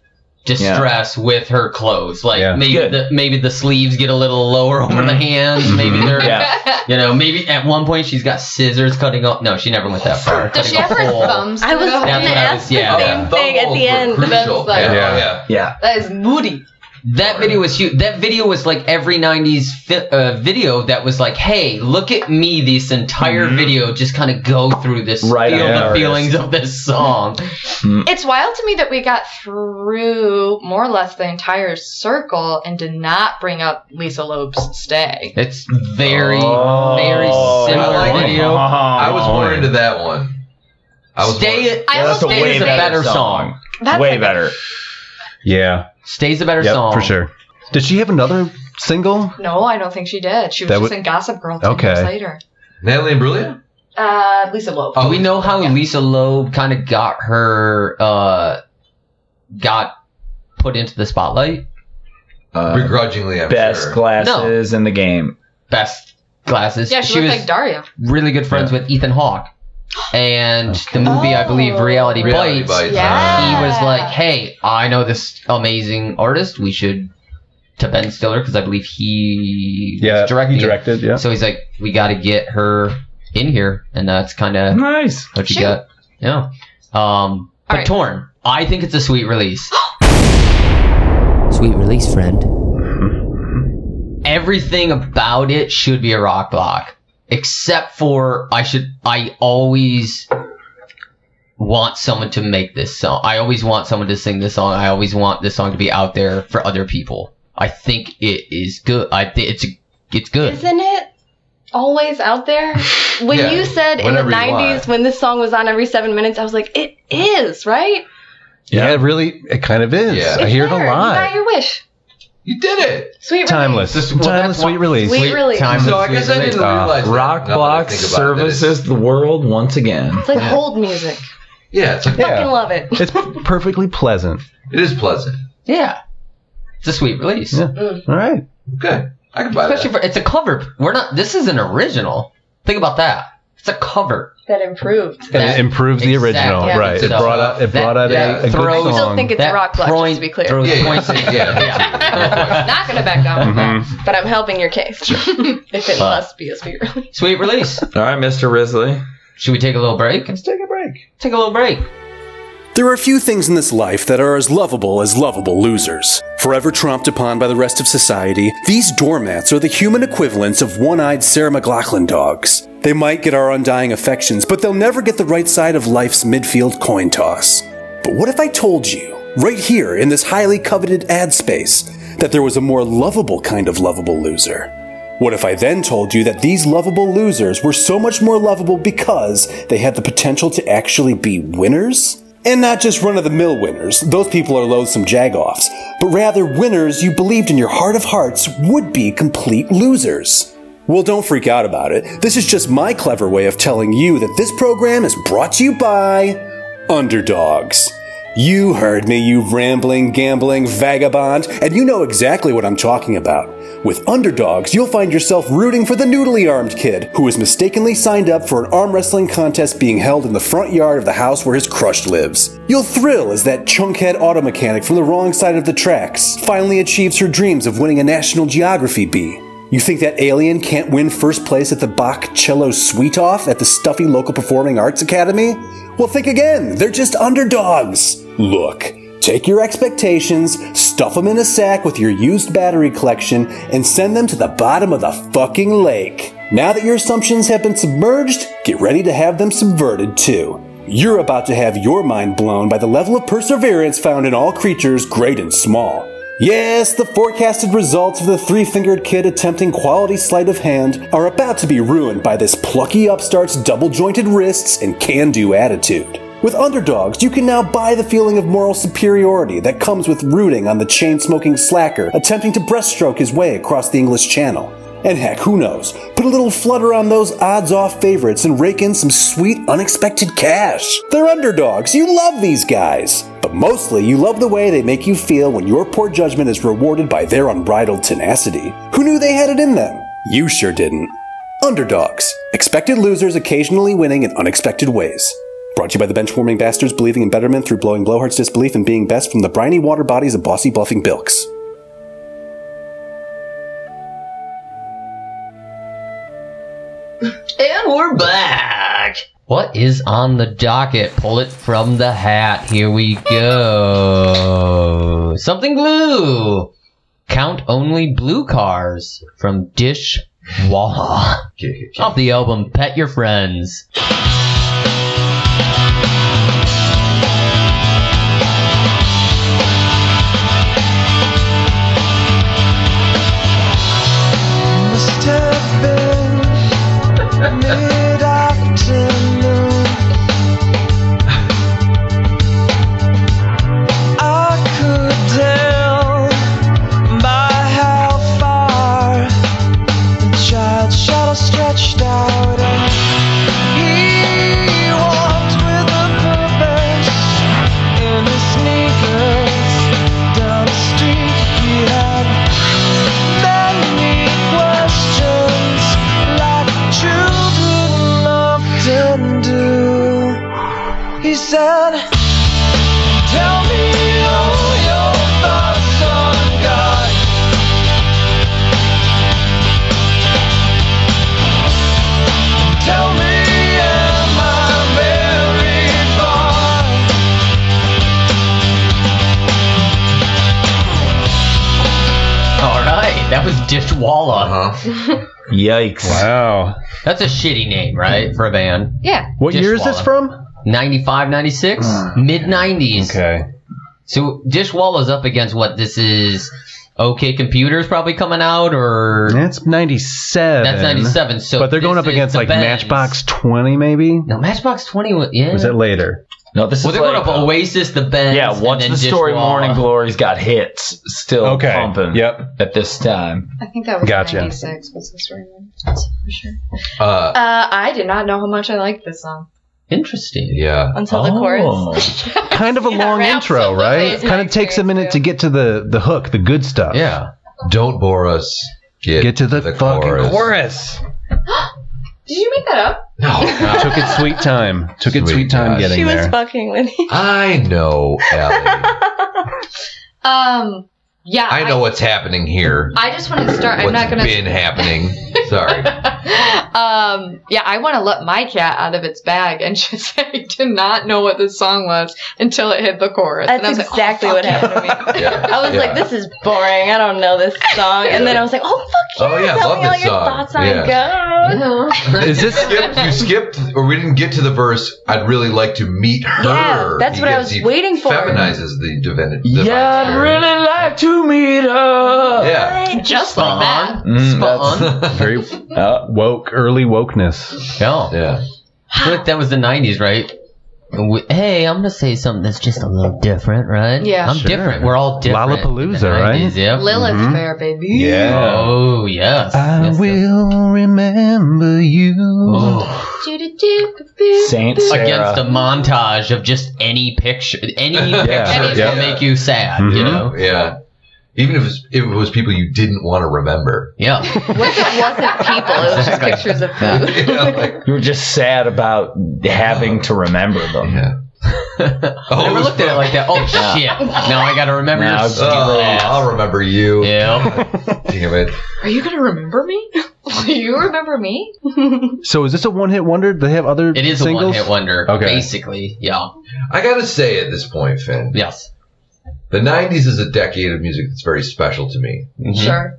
distress with her clothes. Like
Yeah.
maybe
Good.
the maybe the sleeves get a little lower over the hands. Maybe they're
Mm-hmm. Yeah.
you know maybe at one point she's got scissors cutting up. No, she never went that far.
Does she have
Cutting a
her
hole.
thumbs?
I was
through
gonna
it?
That's what I
ask
was- yeah.
the same
Yeah.
thing at
Thumb holes
the end.
were
The
crucial.
men's like,
yeah,
Yeah.
yeah.
Yeah.
That is moody.
That video was huge. That video was like every 90s fi- uh, video that was like, hey, look at me, this entire video, just kind of go through this,
Right
feel
on
the
artist.
feelings of this song.
It's wild to me that we got through more or less the entire circle and did not bring up Lisa Loeb's stay.
It's very,
Oh.
very similar
I like it.
video.
I was more into that one. I was more-
Stay,
I
that's
almost
a
think
way
Stay's a
that-
better
better
song.
song.
That's
way
like a-
better.
Yeah.
Stay's a better
Yep,
song.
for sure. Did she have another single?
No, I don't think she did. She was
That
just
would-
in Gossip Girl ten
Okay.
years later.
Natalie and Brulia?
Uh, Lisa Loeb.
Do we know how Lisa Loeb kind of got her, uh, got put into the spotlight?
Uh,
Begrudgingly, I'm
best
sure.
glasses in the game.
Best glasses.
Yeah, she,
was
looked like Daria.
really good friends with Ethan Hawke. And the movie, I believe,
Oh.
Reality,
Reality
Bites,
Bites,
Yeah.
he was
Yeah.
like, hey, I know this amazing artist. We should, to Ben Stiller, because I believe he was
Yeah.
directing. it.
Directed, yeah.
So he's like, we got to get her in here. And that's kind of
Nice.
what you
Shoot.
got. Yeah. Um, but
right.
Torn, I think it's a sweet release.
Sweet release, friend.
everything about it should be a rock block except for i should i always want someone to make this song i always want someone to sing this song i always want this song to be out there for other people i think it is good i think it's it's good
Isn't it always out there? When
Yeah,
you said in the
whenever you
90s
want.
when this song was on every seven minutes, I was like, it is, right?
Yeah, it really, it kind of is.
Yeah.
I
It's
hear it a
there. You got
lot.
your wish.
You did it.
Sweet
Timeless.
This- well,
Timeless,
that's why-
sweet release. Uh,
Sweet release.
time
So
is
I guess I
release.
didn't realize that,
Rock
now that I
Block
think about it, that it's-
services the world once again.
It's like hold music.
Yeah, it's like,
Yeah.
Fucking love it.
It's perfectly pleasant.
it is pleasant.
yeah it's a sweet release
Yeah. All right.
Okay, I can buy
especially
that.
for it's a cover we're not this is an original think about that It's a cover.
that improved.
And
That-
it improved the original,
Exactly.
Yeah.
right? It
So
brought out it
that-
brought out
that
a, a
throws-
good
I
I still
song.
think it's
That
rock block,
point
just to be clear.
throws
Yeah, yeah,
points
yeah, yeah.
Not gonna back down
Mm-hmm.
from that,
Mhm.
but I'm helping your case. if
But-
it must be a speed release.
Sweet release.
All right, Mr. Risley.
Should we take a little break?
Let's take a break.
Take a little break.
There are few things in this life that are as lovable as lovable losers. Forever tromped upon by the rest of society, these doormats are the human equivalents of one eyed Sarah McLaughlin dogs. They might get our undying affections, but they'll never get the right side of life's midfield coin toss. But what if I told you, right here in this highly coveted ad space, that there was a more lovable kind of lovable loser? What if I then told you that these lovable losers were so much more lovable because they had the potential to actually be winners? And not just run of the mill winners, those people are loathsome jagoffs, but rather winners you believed in your heart of hearts would be complete losers. Well, don't freak out about it. This is just my clever way of telling you that this program is brought to you by Underdogs. You heard me, you rambling, gambling vagabond, and you know exactly what I'm talking about. With underdogs, you'll find yourself rooting for the noodly armed kid who was mistakenly signed up for an arm wrestling contest being held in the front yard of the house where his crush lives. You'll thrill as that chunkhead auto mechanic from the wrong side of the tracks finally achieves her dreams of winning a National Geography Bee. You think that alien can't win first place at the Bach Cello Sweet Off at the stuffy local performing arts academy? Well, think again. They're just underdogs. Look, take your expectations, stuff them in a sack with your used battery collection, and send them to the bottom of the fucking lake. Now that your assumptions have been submerged, get ready to have them subverted too. You're about to have your mind blown by the level of perseverance found in all creatures, great and small. Yes, the forecasted results of the three fingered kid attempting quality sleight of hand are about to be ruined by this plucky upstart's double jointed wrists and can do attitude. With underdogs, you can now buy the feeling of moral superiority that comes with rooting on the chain smoking slacker attempting to breaststroke his way across the English Channel. And heck, who knows? Put a little flutter on those odds off favorites and rake in some sweet, unexpected cash. They're underdogs. You love these guys. But mostly, you love the way they make you feel when your poor judgment is rewarded by their unbridled tenacity. Who knew they had it in them? You sure didn't. Underdogs. Expected losers occasionally winning in unexpected ways. Brought to you by the benchwarming bastards believing in betterment through blowing blowhards' disbelief and being best from the briny water bodies of bossy bluffing bilks.
And we're back. What is on the docket? Pull it from the hat. Here we go. Something blue. Count only blue cars from Dish Walla. Off the album Pet Your Friends.
Must have been mid-afternoon. I could tell by how far the child's shadow stretched out, and he walked with a purpose in his sneakers down the street he had many questions like children often do. He said, Tell me all your thoughts on God. Tell me, am I very far?
All right, that was Dish
Uh-huh.
Walla.
Uh huh.
Yikes.
Wow.
That's a shitty name, right, for a band?
Yeah.
What
Just
year is this from?
95, 96? Mid 90s.
Hmm. Okay.
So Dishwalla's up against what this is. OK Computer's probably coming out, or
That's ninety seven.
that's ninety seven. So,
but they're going
this
up
is
against
the
like
Bends.
Matchbox Twenty, maybe.
No, Matchbox Twenty. wa- Yeah.
Was that later?
No, this
well,
is
they're going
like,
up Oasis, the Bends.
yeah.
and
Once
then
the story,
Dishwalla.
Morning Glory's got hits still
Okay.
pumping.
Yep.
At this time,
I think that was
Gotcha.
96 was the story. That's for sure.
Uh,
Uh, I did not know how much I liked this song
Interesting.
yeah.
until the
Oh.
chorus.
Kind of a long
right,
intro,
absolutely.
right?
It's
Kind
my
of takes a
experience,
minute to
too.
get to the the hook, the good stuff.
Yeah.
Don't bore us.
Get to the, fucking chorus.
Did you make that up?
Oh,
Took its sweet time. Took its sweet
Sweet
time
gosh.
getting
She was
there.
fucking with you.
I know, Allie.
Um, yeah.
I know what's happening here.
I just want to start.
What's
I'm not gonna.
been happening? Sorry.
um, yeah, I want to let my cat out of its bag and just say, I did not know what this song was until it hit the chorus. and I was
That's
like, oh,
exactly
fuck
what
yeah.
happened to me.
Yeah.
I was
Yeah.
like, this is boring. I don't know this song. And then I was like, oh, fuck yeah.
Oh, yeah, I
Tell
love
me all
this
your
song.
thoughts on
Yeah.
God.
Is
You
this?
skipped, you skipped, or we didn't get to the verse. I'd really like to meet her.
Yeah, that's
He
what I
gets-
was
he
waiting for.
Feminizes the divinity.
Yeah, I'd really like to meet her.
Yeah.
Just like that.
Mm,
Spot
that's very uh, woke, early wokeness.
Yeah.
Yeah.
But that was the 90s, right? We- hey, I'm going to say something that's just a little different, right?
Yeah.
I'm
Sure.
different. We're all different.
Lollapalooza,
in the
right?
90s, Yep.
Lilith
Mm-hmm.
Fair, baby.
Oh, yes.
I
Yes, yes.
will remember you.
Oh.
Saint Sarah.
Against a montage of just any picture, any picture
Yeah.
will make you sad, you
Mhm.
know?
Yeah. Even if it was, if it was people you didn't want to remember.
Yeah.
What if it wasn't people? It was just
Exactly.
pictures of
Yeah.
food.
You know, like,
you were just sad about having to remember them.
yeah.
I never
was
looked at it
from-
like that. Oh, shit. Now I got to remember
Now
your
it's-
stupid
Oh, I'll
ass.
remember you.
Yeah.
Damn it.
Are you gonna remember me? Do you remember me?
So is this a one-hit wonder? Do They have other
It is a
singles.
one hit wonder,
Okay.
basically. Yeah.
I gotta say at this point, Finn,
Yes.
the '90s is a decade of music that's very special to me.
Mm-hmm.
Sure.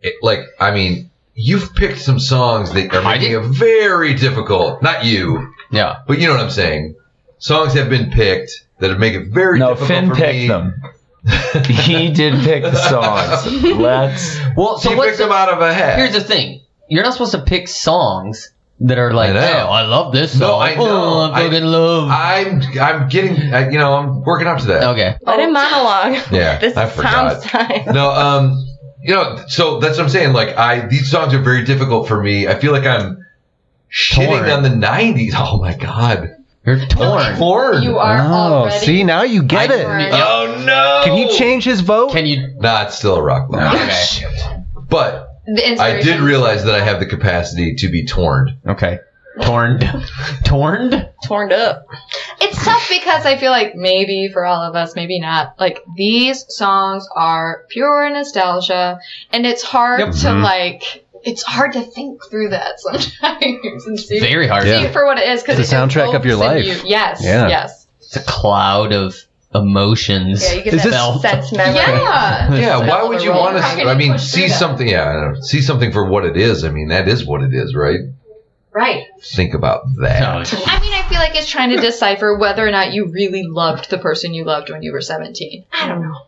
it, like I mean, you've picked some songs that are
I
making it very difficult. Not you,
Yeah.
but you know what I'm saying. Songs have been picked that have make it very
No,
difficult
Finn
for
picked
me.
them. he did pick the songs. Let's.
Well, so
he
what's
picked them out of a hat.
here's the thing you're not supposed to pick songs that are like
I
I
know.
oh I love this song
No, I know.
oh I'm
I-
fucking love
I'm I'm getting I, you know I'm working up to that.
okay
Let him monologue.
Yeah,
This
I
is
forgot.
Tom's time.
No, um, you know, so that's what I'm saying. Like I these songs are very difficult for me. I feel like I'm
Torn.
shitting on the '90s. Oh my god,
you're torn
torn.
You are
Oh,
already.
see now you get
I-
it.
Oh no!
Can he change his vote?
can you
Nah, it's still a rock band.
okay
But
The
I did
inspiration.
realize that I have the capacity to be torn.
okay torn torn
torn up.
It's tough because I feel like maybe for all of us, maybe not. Like these songs are pure nostalgia, and it's hard
Yep.
Mm-hmm.
to like. It's hard to think through that sometimes and see,
very hard
see
Yeah.
for what it is because
It's the soundtrack of your life.
Yes.
Yeah.
Yes.
it's a cloud of emotions
Yeah, you get
Is
that
this-
sense memory.
Yeah.
Yeah, why
Well,
would
the
you
role-
want
how can
to? I
you
mean,
push
see
through that?
something. Yeah, I don't know, see something for what it is. I mean, that is what it is, right?
Right.
Think about that.
So,
I mean, I feel like it's trying to decipher whether or not you really loved the person you loved when you were 17. I don't know.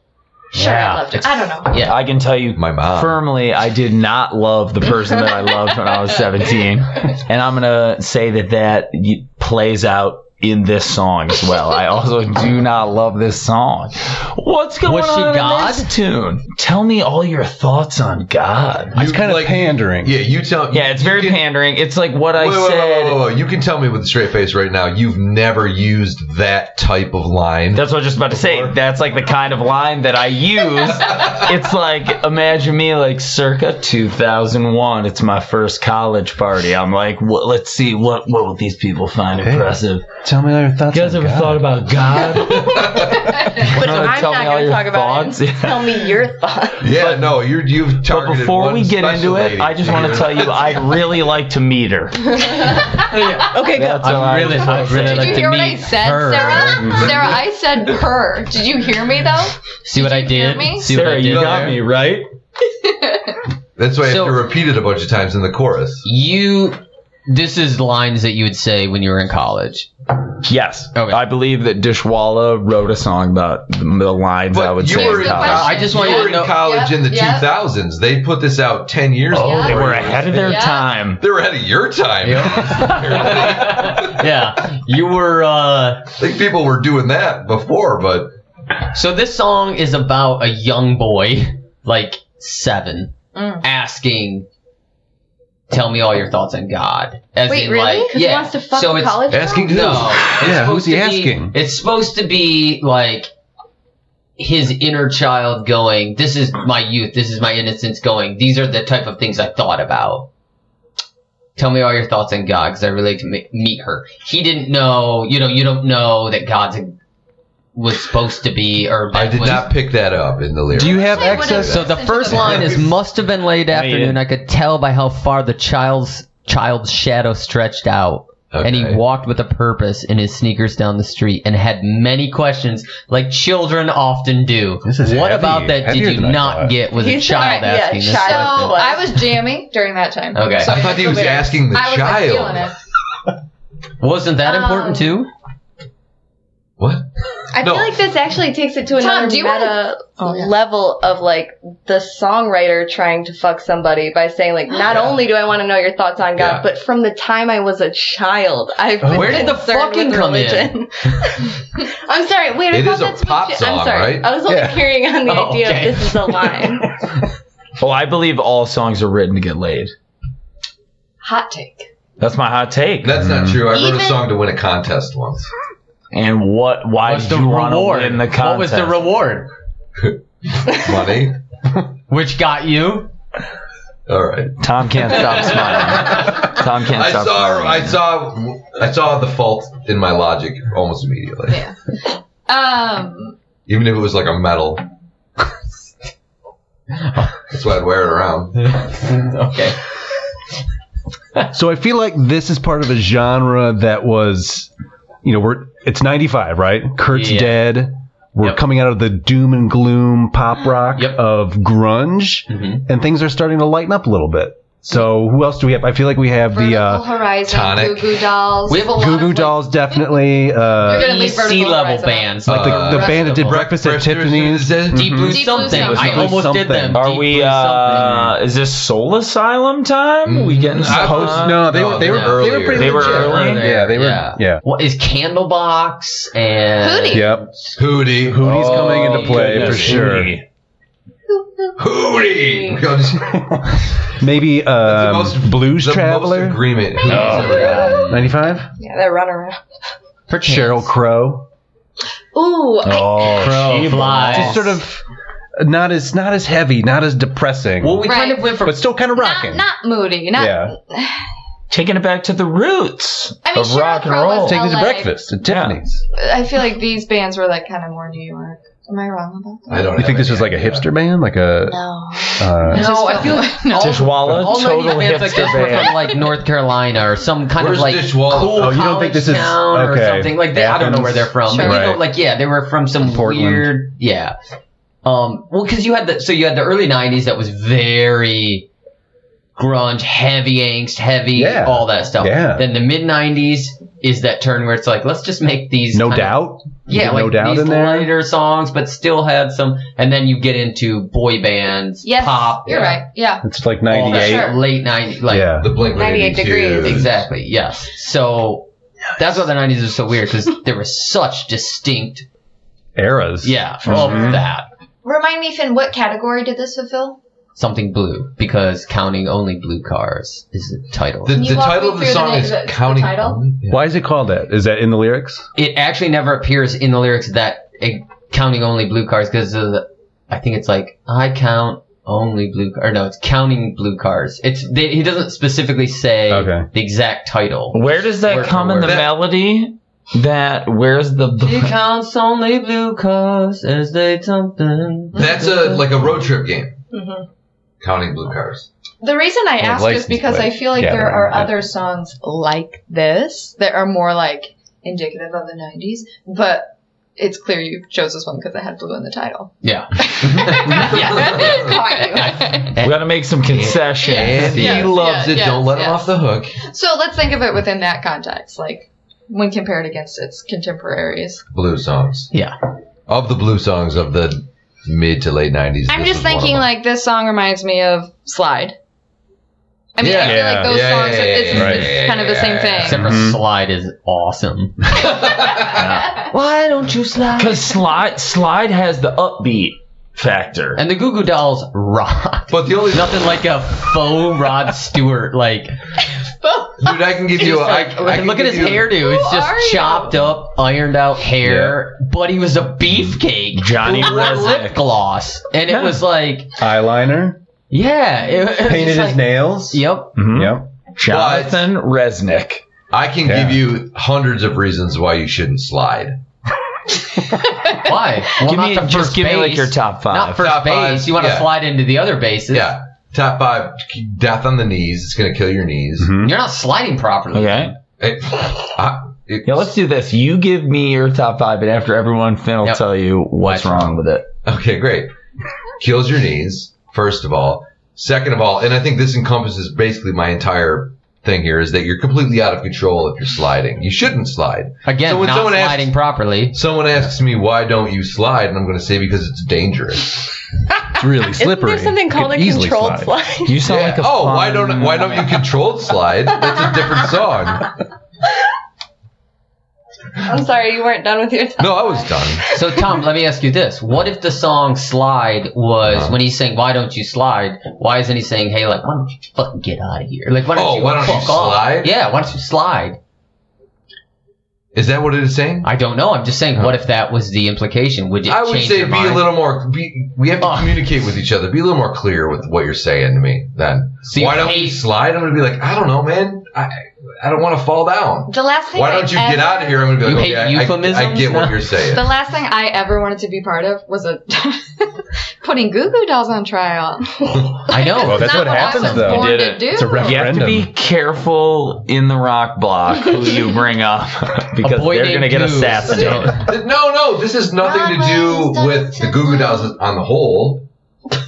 Sure,
Yeah.
I loved it. I don't know.
yeah
I can tell you
My mom.
firmly, I did not love the person that I loved when I was 17. And I'm going to say that that y- plays out in this song as well. I also do not love this song. What's going
Was she
on
God?
in this tune? Tell me all your thoughts on God.
You,
It's kind of
like-
pandering.
Yeah, you tell.
Yeah, it's
Um, you
very
can-
pandering. It's like what I
Wait, wait, wait,
said.
wait, wait, wait. You can tell me with a straight face right now. You've never used that type of line.
That's what I was just about to say. That's like the kind of line that I use. it's like imagine me like circa 2001. It's my first college party. I'm like, what, let's see what what will these people find impressive.
Tell me all your thoughts.
You guys
on
ever
God.
thought about God?
I'm not going to talk about it. Tell me your thoughts.
yeah, no, you're, you've
But
targeted
before
one
we get into
special
it,
lady
I just want to
here.
tell you I'd really like to meet her.
Okay, good.
That's all
I
I
really
just wanna
I'd really
say.
Did
like
you
to
hear what I
meet
said,
her
Sarah? Sarah, I said her. Did you hear me though?
see what I
you hear me?
did see what I
Sarah,
did
you got
there?
me right.
That's why I
So-
have to repeat it a bunch of times in the chorus.
you this is lines that you would say when you were in college
Yes,
Okay.
I believe that Dishwalla wrote a song about the lines I would
you
say.
were
in
in
college.
college.
I just want
you
you to
were in
know-
college
Yep,
in the
yep.
2000s. They put this out 10 years
Oh,
ago.
they were ahead of their
Yeah.
time.
They were ahead of your time.
yeah you were uh
I think people were doing that before, but
So this song is about a young boy, like seven,
Mm.
asking, "Tell me all your thoughts on God." As
Wait,
in,
really?
like,
Because
yeah.
he wants to fuck
so
a
it's,
college
asking
girl?
who?
No, it's
Yeah,
supposed
who's he
to be-
asking?
It's supposed to be like his inner child going, "This is my youth. This is my innocence." Going, these are the type of things I thought about. Tell me all your thoughts on God, because I relate to me- meet her. He didn't know, you know, you don't know that God's a, was supposed to be, or
I did
was-
not pick that up in the lyrics.
Do you have
Actually, what
access?
is-
So the first line is must have been late afternoon. I could tell by how far the child's child's shadow stretched out. And he
Okay.
walked with a purpose in his sneakers down the street and had many questions like children often do.
This is
what
heavy.
about that
Heavier
did you
than I
not
thought.
get was a
He's
child
not- yeah,
asking this
child.
So
question?
What?
I was jamming during that time.
Okay.
So
I thought he was
literally-
asking the
I was like,
child.
feeling it.
Wasn't that important
Um,
too?
What?
I
No.
feel like this actually takes it to another
do you
meta
Oh, yeah.
level of like the songwriter trying to fuck somebody by saying like, not only do I want to know your thoughts on God,
Yeah.
but from the time I was a child, I've been
Where did the
concerned
fucking
with
come in?
religion. I'm sorry. Wait, I
It
thought
is a
that's what
pop
you-
song,
I'm sorry.
right?
I was only
Yeah.
carrying on the
Oh,
idea
okay.
of this is a line.
Well, Oh, I believe all songs are written to get laid.
Hot take.
That's my hot take.
That's not true. I wrote a
Even-
song to win a contest once.
And what? Why
What's
did you want to win the contest?
What was the reward?
Money.
Which got you?
All right.
Tom can't stop smiling. Tom can't
I
stop
saw.
smiling.
I saw. I saw the fault in my logic almost immediately.
Um,
Even if it was like a medal. That's why I'd wear it around.
Okay.
So I feel like this is part of a genre that was, you know, we're it's 95, right? Kurt's
Yeah.
dead. We're
Yep.
coming out of the doom and gloom pop rock
Yep.
of grunge,
Mhm.
and things are starting to lighten up a little bit. So who else do we have? I feel like we have the
Vertical
uh,
Horizon,
Tonic.
Goo Goo Dolls.
We have a lot
Goo
of
Goo
like,
Dolls, definitely. Uh,
Gonna leave
sea
Vertical
E level
Horizon out.
bands.
like the,
Uh,
the band that did
Breakfast
Breakfast at Tiffany's.
Mm-hmm.
Deep Blue
Deep Blue
Something.
Something.
I
Deep Blue
almost did
Something.
them.
Are
Deep
we?
Blue Something.
Uh, is this Soul Asylum time? We getting
Mm, I was-
some-
No, they
Mm-hmm. No,
were they were
yeah.
early. They were
Earlier.
pretty
They were
legit.
early?
Yeah, they were. Yeah.
What is Candlebox and
Hootie.
Yep.
Hootie.
Hootie's coming into play
Oh, Goodness,
for sure.
Hootie.
Hootie. We go just-
Maybe uh,
most-
Blues
the most
Traveler. Oh.
agreement. Hootie's ever had.
95?
yeah, that runaround.
Perchance.
Cheryl Crow.
uh,
Ooh, I,
Oh,
Crow
she
flies.
Just sort of not as not as heavy, not as depressing,
Well, we kind
Right.
of went from
but still kind of
Not,
rocking.
not moody. Not.
yeah,
taking it back to the roots
I mean,
of
Sheryl
rock and
Crow
roll.
was
take
Take
me
me
to
to LA.
breakfast
breakfast
at
Yeah.
Tiffany's.
I feel like these bands were like kind of more New York. Am I wrong about that?
I don't
You think this was like a hipster band, like a?
No.
Uh,
No, I feel like no.
Dishwalla,
all
total
90s bands like this
hipster
were
band.
from like North Carolina or some kind
Where's
of like
Dishwalla?
cool
Oh,
you don't
college
think this is-
town
okay.
or something like that. I don't know where they're from.
Sure.
But you know,
Right.
like yeah, they were from some
Portland.
weird yeah. Um, well, because you had the so you had the early '90s that was very grunge, heavy angst, heavy,
Yeah.
all that stuff.
Yeah.
Then the mid '90s is that turn where it's like let's just make these
no
kind of-
doubt.
yeah,
Get No
like
Doubt
these
in there?
lighter songs, but still had some. And then you get into boy bands,
Yes.
pop,
You're
yeah,
right. Yeah.
It's like
all that
'98.
Sure.
late '90s, like
Yeah,
The Blink
98 degrees.
exactly, yes. So that's why the '90s are so weird because there were such distinct,
eras.
yeah,
Mhm.
of that
Remind me, Finn, what category did this fulfill?
something blue because counting only blue cars is the title.
The,
Can you
the
walk
title
me
of the
through the
song
name-
is
the- the
Counting.
title?
Only- Yeah.
Why is it called that? Is that in the lyrics?
it actually never appears in the lyrics that eh, counting only blue cars because I think it's like I count only blue car- or no it's counting blue cars it's they, he doesn't specifically say
Okay.
the exact title
Where does that
Word for
come in the
word.
melody? That where's the
he counts only blue cars as they something
That's a like a road trip game.
Mhm.
Counting blue cars.
The reason I
Well,
asked
license
is because
plate
I feel like there
gathering,
are
yeah.
other songs like this that are more like indicative of the 90s, but it's clear you chose this one because it had blue in the title.
yeah
Yeah.
We got to make some concessions.
And he
yes,
loves
yes,
it. Don't
yes,
let him
yes.
off the hook.
so let's think of it within that context, like when compared against its contemporaries.
Blue songs.
Yeah.
Of the blue songs of the mid to late nineties.
I'm just thinking like this song reminds me of Slide. I mean, I feel
Yeah.
like those
Yeah,
songs,
yeah, yeah,
it's,
yeah, yeah,
it's
yeah,
kind of the same
except
thing.
for
Mhm.
slide is awesome
Why don't you slide?
Because slide slide has the upbeat factor.
and the goo goo dolls rock
But the only dude,
nothing like a faux rod stewart like
I can give you. a- I,
Like,
I can
look at
give
his
you-
hairdo. It's
are you?
just chopped up, ironed out hair. But he was a beefcake.
Johnny
who wore
Resnick.
lip gloss, and
Yeah.
it was like,
Eyeliner,
yeah, it, it was
painted
just
his
like-
nails.
Yep.
Mhm.
Yep.
Jonathan Resnick.
I can give you hundreds of reasons why you shouldn't slide.
Why? Well,
Give
not
me-
to
just
first
give me, like,
base.
your top five.
Not first
Top
base.
five,
You want to
yeah.
slide into the other bases.
Yeah. Top five: death on the knees. It's gonna kill your knees.
Mm-hmm.
You're not sliding properly.
Okay.
It- I- it-
Yeah, let's do this. You give me your top five, and after everyone, Finn will
Yep.
tell you what's wrong with it.
Okay, great. Kills your knees, first of all. Second of all, and I think this encompasses basically my entire thing here is that you're completely out of control if you're sliding. You shouldn't slide.
Again,
So when
not
someone asks-
sliding properly.
Someone asks me why don't you slide, and I'm going to say because it's dangerous.
It's really
Isn't
slippery.
there something
You could
called a
easily
controlled slide?
You sound
Yeah.
like a
oh, why
fun-
don't why don't you controlled slide? That's a different song.
I'm sorry, you weren't done with your time.
No, I was done.
So Tom, let me ask you this: What if the song "Slide" was
Uh-huh.
when he's saying "Why don't you slide"? Why isn't he saying "Hey, like, why don't you fucking get out of here"? Like, why don't
Oh,
you
why don't you
fuck off?
slide?
Yeah, why don't you slide?
Is that what it is saying?
I don't know. I'm just saying, what if that was the implication? Would it
Uh-huh. I would
change
say
your
be
mind?
a little more. Be, we have to
Oh.
communicate with each other. Be a little more clear with what you're saying to me. Then
So you
why don't we
hate-
slide? I'm gonna be like, I don't know, man. I I don't want to fall down.
The last thing
Why
I
don't you
ever,
get out of here? I'm gonna be
You
like,
hate
okay, I- I, I
euphemisms?
get what
No.
you're saying.
The last thing I ever wanted to be part of was a putting Goo Goo Dolls on trial.
I know.
Oh,
Well, that's
Not
what
I
happens,
was
though.
born
You did
to
it.
do.
It's a ref-
You have to be
Referendum.
careful in the rock block who you bring up because they're
Avoiding
going to get
Jews.
assassinated.
Th- no, no, this has nothing to do with the Goo Goo Dolls on the whole.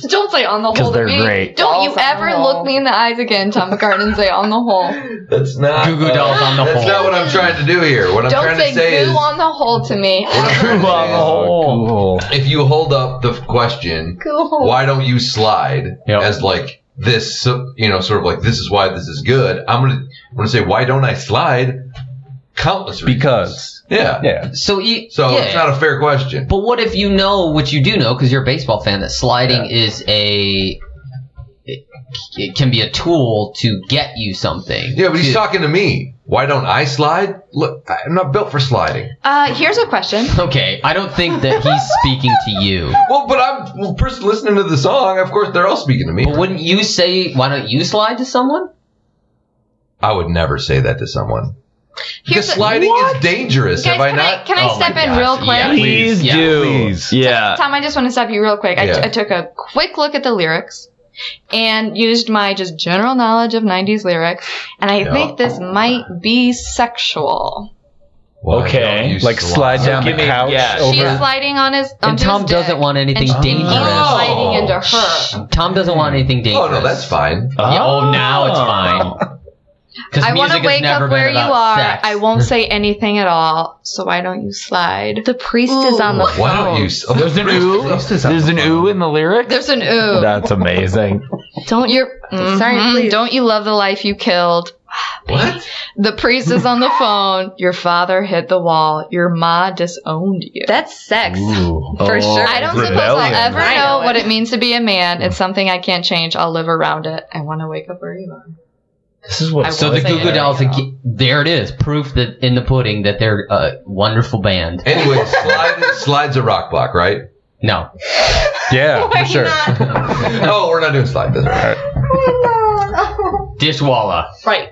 Don't say on the whole.
'Cause
to
they're
me.
great.
Don't you
Dolls on the
ever
whole.
look me in the eyes again, Tom McCartan, and say on the whole.
That's not uh,
Goo Goo Dolls on the
That's
whole.
not what I'm trying to do here. What I'm
Don't
trying
say
to say
goo
is,
on the whole to me.
What I'm trying to
Goo on
say
the
is,
whole.
Cool.
if you hold up the question,
Cool.
why don't you slide
Yep.
as like this so- you know sort of like this is why this is good i'm gonna i'm gonna say why don't i slide countless reasons.
Because
yeah,
yeah,
so, e-
so
yeah.
it's not a fair question
But what if you know what you do know because you're a baseball fan that sliding is a it, it can be a tool to get you something.
yeah but he's
To-
talking to me why don't i slide look I- i'm not built for sliding
Uh, here's a question.
Okay, I don't think that he's speaking to you.
well but i'm well, person listening to the song of course they're all speaking to me
But wouldn't you say why don't you slide to someone?
i would never say that to someone because
Here's a-
sliding
What?
is dangerous
Guys,
have i
can I,
not
can I
Oh my
step in
gosh,
real quick?
yeah.
Please,
Please,
do.
please.
Yeah.
Tom, I just want to stop you real quick. I
Yeah.
I took a quick look at the lyrics and used my just general knowledge of 90s lyrics, and I
Yeah.
think this might be sexual.
Why
Okay.
don't you
Like slide down
Give
the
me-
couch
yeah. She's
over.
She's sliding on his. On
and Tom
his
doesn't
dick,
want anything
and she
dangerous.
is sliding
Oh.
into her.
Tom doesn't want anything dangerous.
oh no that's fine
Yeah, oh, now it's fine. Because
I
music
want to
has
wake
never
up
been
where you
about
are.
sex.
I won't say anything at all. So why don't you slide?
The priest is on the
why don't you oh,
There's an ooh. There's an ooh in the lyric.
There's an ooh.
That's amazing.
Don't you?
Sorry,
Mhm.
please.
Don't you love the life you killed?
what
The priest is on the phone. Your father hit the wall. Your ma disowned you.
That's sex.
For sure.
I don't suppose
Rebellion.
I'll ever
I
know
know
what
it.
it means to be a man. It's something I can't change. I'll live around it. I want to wake up where you are.
This is what.
I
so
won't
the
say
Goo Goo
it.
Dolls, ag- there it is, proof that in the pudding that they're a wonderful band.
Anyway, slide, slide's a rock block, right?
No,
Yeah, for sure.
Oh, we're not doing slide. That's right.
Dishwalla,
Right.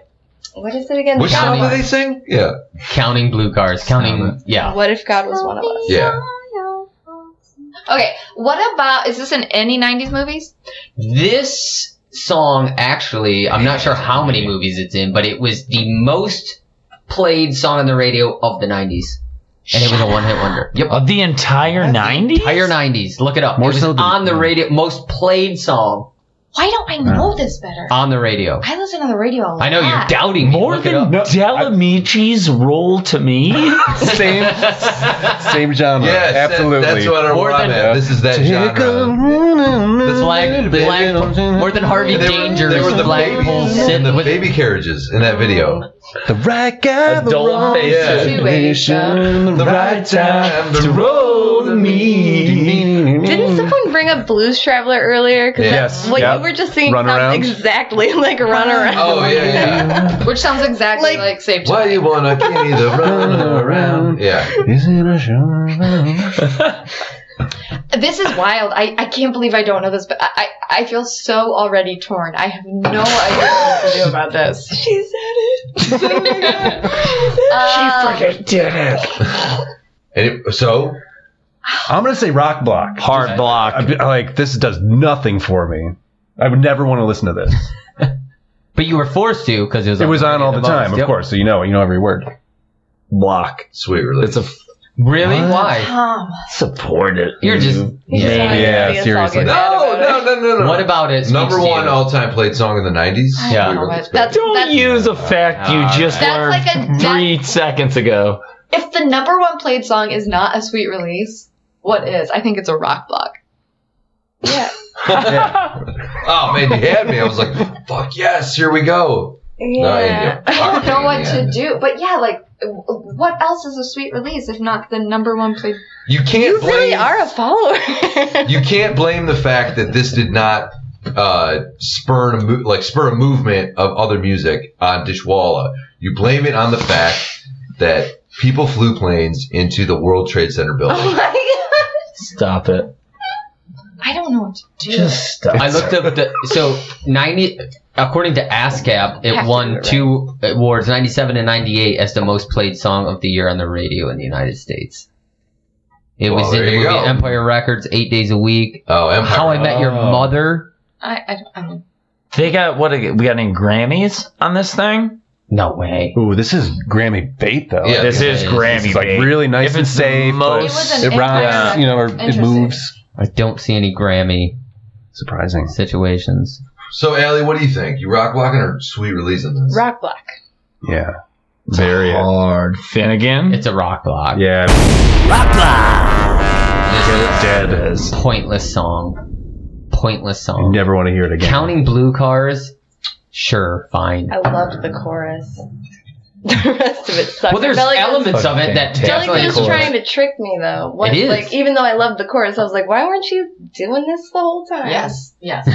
What is it again?
Which song
Counting.
do they sing? Yeah.
counting blue cars, counting yeah.
What if God was one of us?
Yeah.
Okay. What about? Is this in any '90s movies?
This song actually, I'm not sure how many movies it's in, but it was the most played song on the radio of the 90s, and it was a one-hit wonder. Yep.
Of Uh, the entire nineties.
Higher 90s. Look it up.
More
it was
so than-
on the radio, most played song
Why don't I know this better?
on the radio.
I listen to the radio a lot.
I know you're doubting me.
More
Look it
than
up.
No, I-
Delamici's role to me.
Same, same genre.
Yes, that-
absolutely.
that's what I'm
More
I'm
than-
at. This is that genre.
The
The
flag, the flag, more than Harvey
They were,
Danger.
they were the
flag pole
babies
sit
in the
with
baby carriages in that video.
The right guy, the
Adult
wrong
faces.
situation, the right time to roll to me.
Didn't someone bring up Blues Traveler earlier? 'Cause
Mm. Yes,
that- What
yep.
you were just singing
Run
sounds
around.
exactly like run around.
Oh yeah, yeah.
Which sounds exactly
Like-
like, Safe. to
Why
Play.
you wanna give me the run around? Yeah.
Isn't it a show?
This is wild. I, I can't believe I don't know this, but I, I, I feel so already torn. I have no idea what to do about this. She said it. she freaking did it.
And it, so
I'm gonna say rock block, hard block. like this does nothing for me. I would never want to listen to this.
but you were forced to because it was
It was on all the
above us.
time, of
Yep.
course. So you know, it. you know every word. Block.
sweet relief.
It's a f-
Really? Why?
Tom.
support it.
You're just
yeah.
Yeah,
It's all
seriously.
good.
no, no, no, no, no.
What about it? speaks
number
to you?
one all time played song in the '90s?
Yeah.
Sweet
Oh,
Relief.
but that's,
Don't
that's,
use a fact you
Ah,
just
That's
learned
like a- that-
three seconds ago.
if the number one played song is not a sweet release, what is? I think it's a rock block.
Yeah.
Oh man, you had me. I was like, fuck yes, here we go. No, you
Yeah.
go.
I don't know what to do. But yeah, like, w- what else is a sweet release if not the number one played?
You can't
You
blame
really are a follower.
you can't blame the fact that this did not uh, spur a mo- like spur a movement of other music on Dishwalla. You blame it on the fact that people flew planes into the World Trade Center
oh
building.
my god.
Stop it.
I don't know what to do.
Just stop.
I looked up the so ninety. According to ASCAP, it
Have to
won
do it right.
two awards, 97 and 98, as the most played song of the year on the radio in the United States. It
Well,
was in
there
the
you
movie
go.
Empire Records, Eight Days a Week,
Oh, Empire.
How I Met Your
Oh.
Mother.
I, I don't. I don't.
They got what? We got any Grammys on this thing?
No way.
Ooh, this is Grammy bait though.
Yeah.
This
This
is
is
Grammy.
It's like
bait.
really nice
If
and
it's the
safe. but
most- It
was an
it rhymes,
interesting-
you know, or it
interesting.
moves.
I don't see any Grammy
Surprising.
situations.
So, Allie, what do you think? You rock walking or sweet releasing this?
Rock block.
Yeah. Very.
hard. Finnegan.
It's a rock block.
Yeah. Dead.
Pointless song. Pointless
You
song.
never want to hear it again.
Counting blue cars. Sure, fine.
I loved the chorus. The rest of it sucks.
Well, there's
I felt like I was-
elements of it that
Fucking
I feel
definitely
like
fantastic.
he was
Chorus.
trying to trick me though. What,
It is.
Like even though I loved the chorus, I was like, why weren't you doing this the whole time?
Yes. Yes.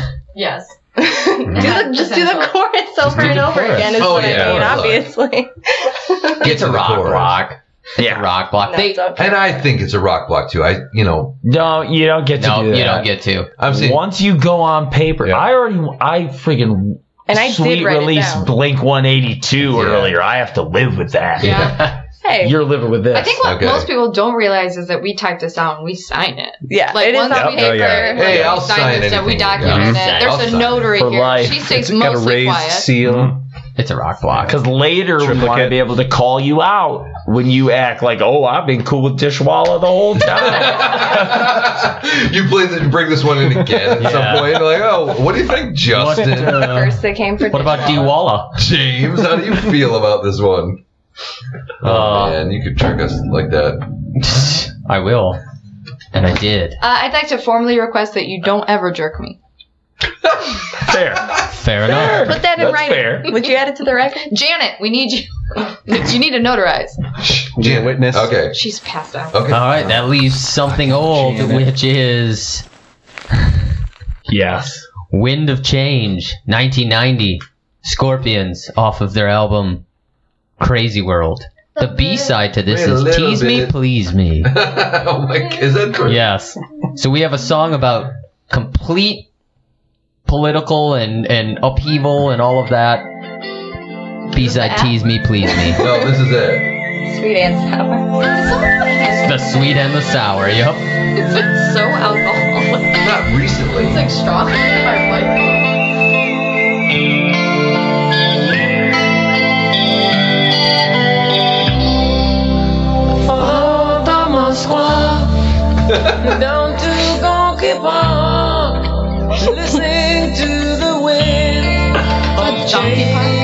do the, just do the chorus over
do
and
the
over
chorus.
again. Is
Oh,
what
yeah,
I mean,
well,
obviously.
Get
it's
to
a
the
rock
chorus.
block. It's
Yeah.
a rock block.
No,
They-
don't-
And I think it's a rock block too. I, you know,
no, you don't get to
no,
do
you
that.
don't get to.
I'm saying
Once you go on paper,
Yeah.
I already, I freaking
And I did
sweet
write it
release
down.
Blink 182
Yeah.
earlier. I have to live with that.
Yeah.
Hey,
You're living with this.
I think what
Okay.
most people don't realize is that we type this out and we sign it.
yeah,
Like
it is
once
on
on paper,
Oh,
paper.
yeah.
like,
Hey,
we
I'll sign
this and
anything
we
you got.
document
You
it.
sign it.
There's
I'll
a
sign it.
notary
For
here.
life.
She stays
Got a
mostly
raised
quiet.
seal.
It's a rock block.
Because later we want to
Triplicate.
be able to call you out when you act like, oh, I've been cool with Dishwalla the whole time.
you play the, bring this one in again at some
Yeah.
point. Like, oh, what do you think, Justin?
First they came for.
What about D Walla?
James, how do you feel about this one? Oh,
Uh,
man, you could trick us like that.
I will. And I did.
Uh, I'd like to formally request that you don't ever jerk me.
fair.
Fair enough.
Put that in
That's
writing.
fair.
Would you add it to the record?
Janet, we need you. you need to notarize.
Be a witness.
Okay.
She's passed out.
Okay.
All right, that leaves something old, which is
Yes.
Wind of Change, 1990. Scorpions off of their album Crazy World. The B side to this
Wait a
is
little
Tease Me,
bit.
Please Me.
oh my, is that correct?
Yes. So we have a song about complete political and, and upheaval and all of that. B side Tease Me, Please Me.
No, this is it.
Sweet and sour.
The sweet and the sour, yep.
it's so alcoholic.
Not recently.
It's like strawberry. in my life.
down to Gonky Park, listening to the wind of change.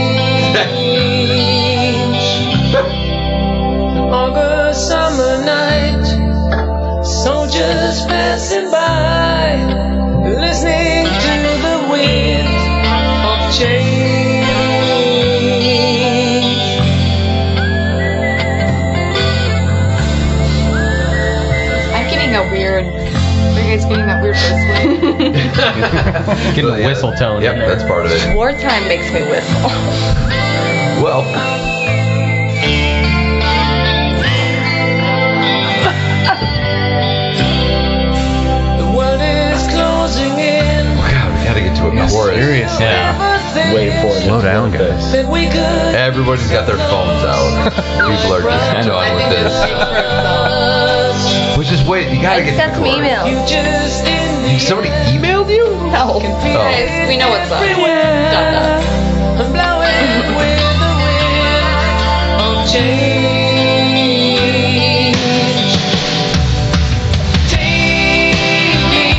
August summer night, soldiers passing by, listening to the wind of change.
I'm getting a weird. Are you guys getting that weird whistling?
Get a whistle tone
Yep,
in there.
that's part of it.
Wartime makes me whistle.
Well, oh Yes, seriously.
Wait for it.
Slow down, guys.
That we could.
Everybody's got their phones out. People are just done with this. Which is wait, you gotta
I just
get to
got some
the core.
emails.
You just in the
You- Somebody emailed you? Oh.
No. Guys, we know what's up.
Everywhere. I'm blowing with the wind of change. Take me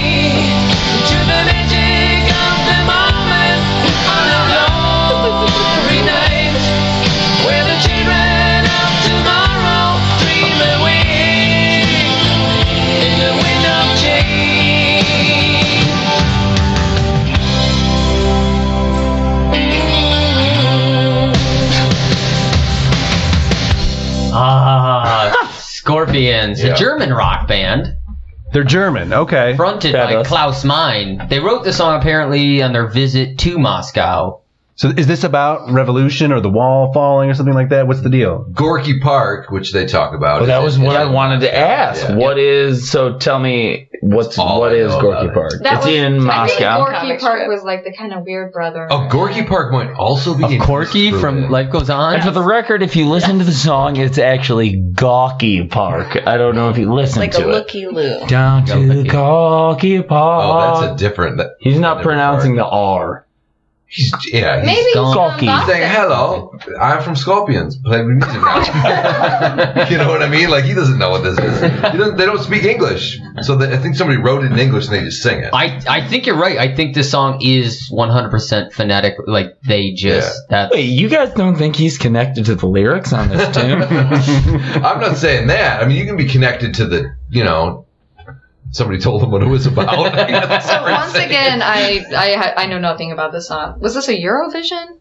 to the magic of the moment on a glory night where the children of tomorrow dream away in the wind of change.
Ah, Scorpions,
Yeah.
a German rock band
They're German. Okay.
fronted by
Fabulous.
Klaus Meine. They wrote the song apparently on their visit to Moscow.
So is this about revolution or the wall falling or something like that? What's the deal?
Gorky Park, which they talk about.
Well, that was what I wanted to ask.
Yeah.
What is so? Tell me what's
all
what
I
is
know
Gorky
about it.
Park?
That
it's
was-
in
I think
Moscow.
Gorky
Comic
Park
strip.
was like the kind of weird brother.
Oh, Gorky Park might also be
Of
in
Corky
Pittsburgh.
from Life Goes
And for
On.
the record, if you listen to the song, it's actually Gawky Park. I don't know if you listen
Like a
to it.
looky loo.
Down to
looky.
Gawky Park.
Oh, that's a different. That,
uh, He's not
different
pronouncing the R.
he's, yeah, he's
Maybe he's
gone.
from
Gawky.
Boston.
saying hello. I'm from Scorpions. Play me music now. you know what I mean? Like he doesn't know what this is. He doesn't, they don't speak English, so they, I think somebody wrote it in English and they just sing it.
I, I think you're right. I think this song is 100% phonetic. Like, they just. That,
Wait, you guys don't think he's connected to the lyrics on this tune?
I'm not saying that. I mean, you can be connected to the, you know, somebody told him what it was about. That's
So
what I'm
once
saying.
again, I, I ha- I know nothing about this song. Was this a Eurovision?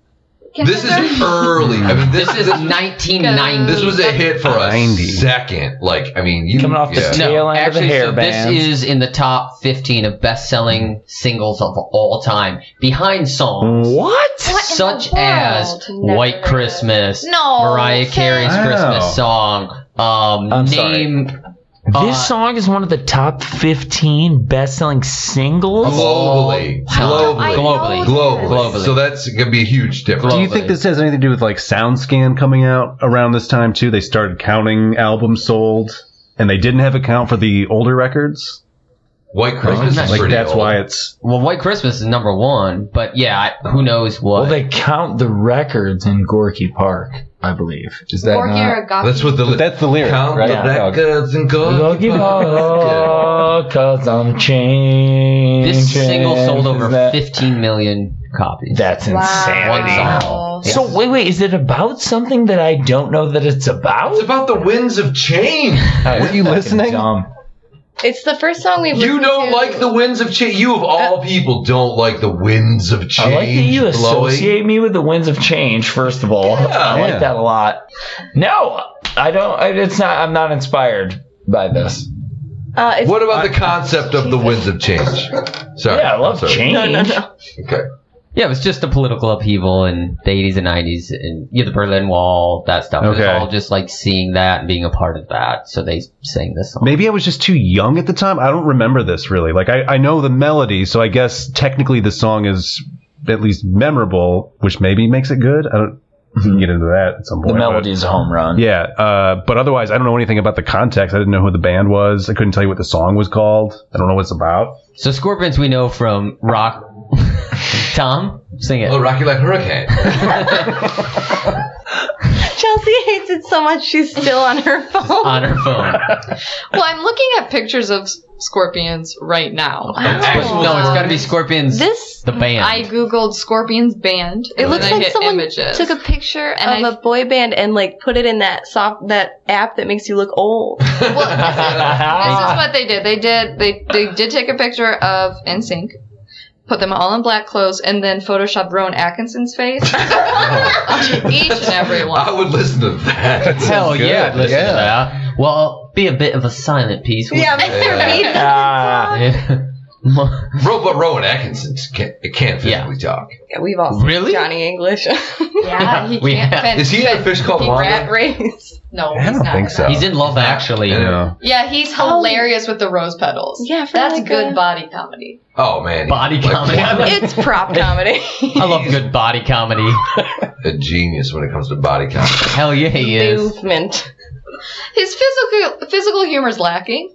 this is early. I mean, this,
this is
is this,
1990.
this was a hit for a
90.
second. Like, I mean, you
Coming off the
yeah.
tip. Tail end of the hair
so
bands.
this is in the top 15 of best-selling singles of all time, behind songs
what?
What in
such
the world?
as
Never
"White
heard
Christmas,"
No,
Mariah
Sam.
Carey's
Wow.
Christmas song, um,
I'm sorry.
name Uh,
this song is one of the top 15 best-selling singles.
globally,
Wow.
globally,
Globally.
globally,
Globally.
So that's gonna be a huge difference.
Do you think this has anything to do with like SoundScan coming out around this time too? They started counting albums sold, and they didn't have a count for the older records.
White Christmas is
Like
pretty
that's
old.
why it's
Well, White Christmas is number one, but yeah, I- who knows what?
Well, they count the records in Gorky Park, I believe. Is that
Gorky
not?
or Gawky?
That's what the
but that's the lyric,
count
right?
the records and go.
Gorky Park, cause I'm changing.
this single sold over
Is that-
15 million copies.
That's insanity.
Wow.
Yes.
So wait, wait, is it about something that I don't know that it's about?
It's about the winds of change.
Were
you listening?
It's the first song we've
You
listened
don't
to.
like the winds of change. You of all people don't like the winds of change
I like that you
blowing.
associate me with the winds of change. First of all, I
Yeah.
like that a lot. No, I don't. I- It's not. I'm not inspired by this.
Uh, it's
What about the concept of the winds of change? Sorry.
Yeah, I love
Sorry.
change.
Okay.
Yeah, it was just the political upheaval in the 80s and 90s and yeah, the Berlin Wall, that stuff. It
Okay.
was all just like seeing that and being a part of that. So they sang this song.
Maybe I was just too young at the time. I don't remember this really. Like I, I know the melody, so I guess technically the song is at least memorable, which maybe makes it good. I don't we can get into that at some
The
point. but-
melody is a home run.
Yeah, uh, but otherwise, I don't know anything about the context. I didn't know who the band was. I couldn't tell you what the song was called. I don't know what it's about.
So Scorpions we know from rock. Tom, sing it.
Oh, Rocky like hurricane.
Chelsea hates it so much she's still on
Uh,
her phone.
On her phone.
Well, I'm looking at pictures of s- scorpions right now.
Actual- no, it's got to be Scorpions,
This
the band.
I googled scorpions band.
It looks
and I
like
hit
someone
images.
took a picture
And
of
I-
a boy band and like put it in that soft that app that makes you look old.
This is what they did. They did they they did take a picture of NSYNC, put them all in black clothes, and then Photoshop Rowan Atkinson's face. Each and every
I
one.
would listen to that.
Hell yeah, I'd listen
Yeah.
to that. Well, be a bit of a silent piece. wouldn't
yeah, make their
Yeah.
beat.
Ah,
it?
Ro- but Rowan Atkinson can't, can't physically talk.
Yeah, we've all seen
Really?
Johnny English.
Yeah, he
We
can't
have-
fit.
Is he in a fish called
He
Wanda?
rat-
Rat race. No,
I don't think so.
He's in Love Actually.
Yeah.
Oh, Yeah, he's hilarious with the rose petals.
Yeah, for
that's
like
good
a-
body comedy.
Oh man,
Body
Like,
comedy. I love-
It's prop comedy.
I love good body comedy.
a genius when it comes to body count.
Hell yeah, he is.
Movement.
His physical physical humor's lacking.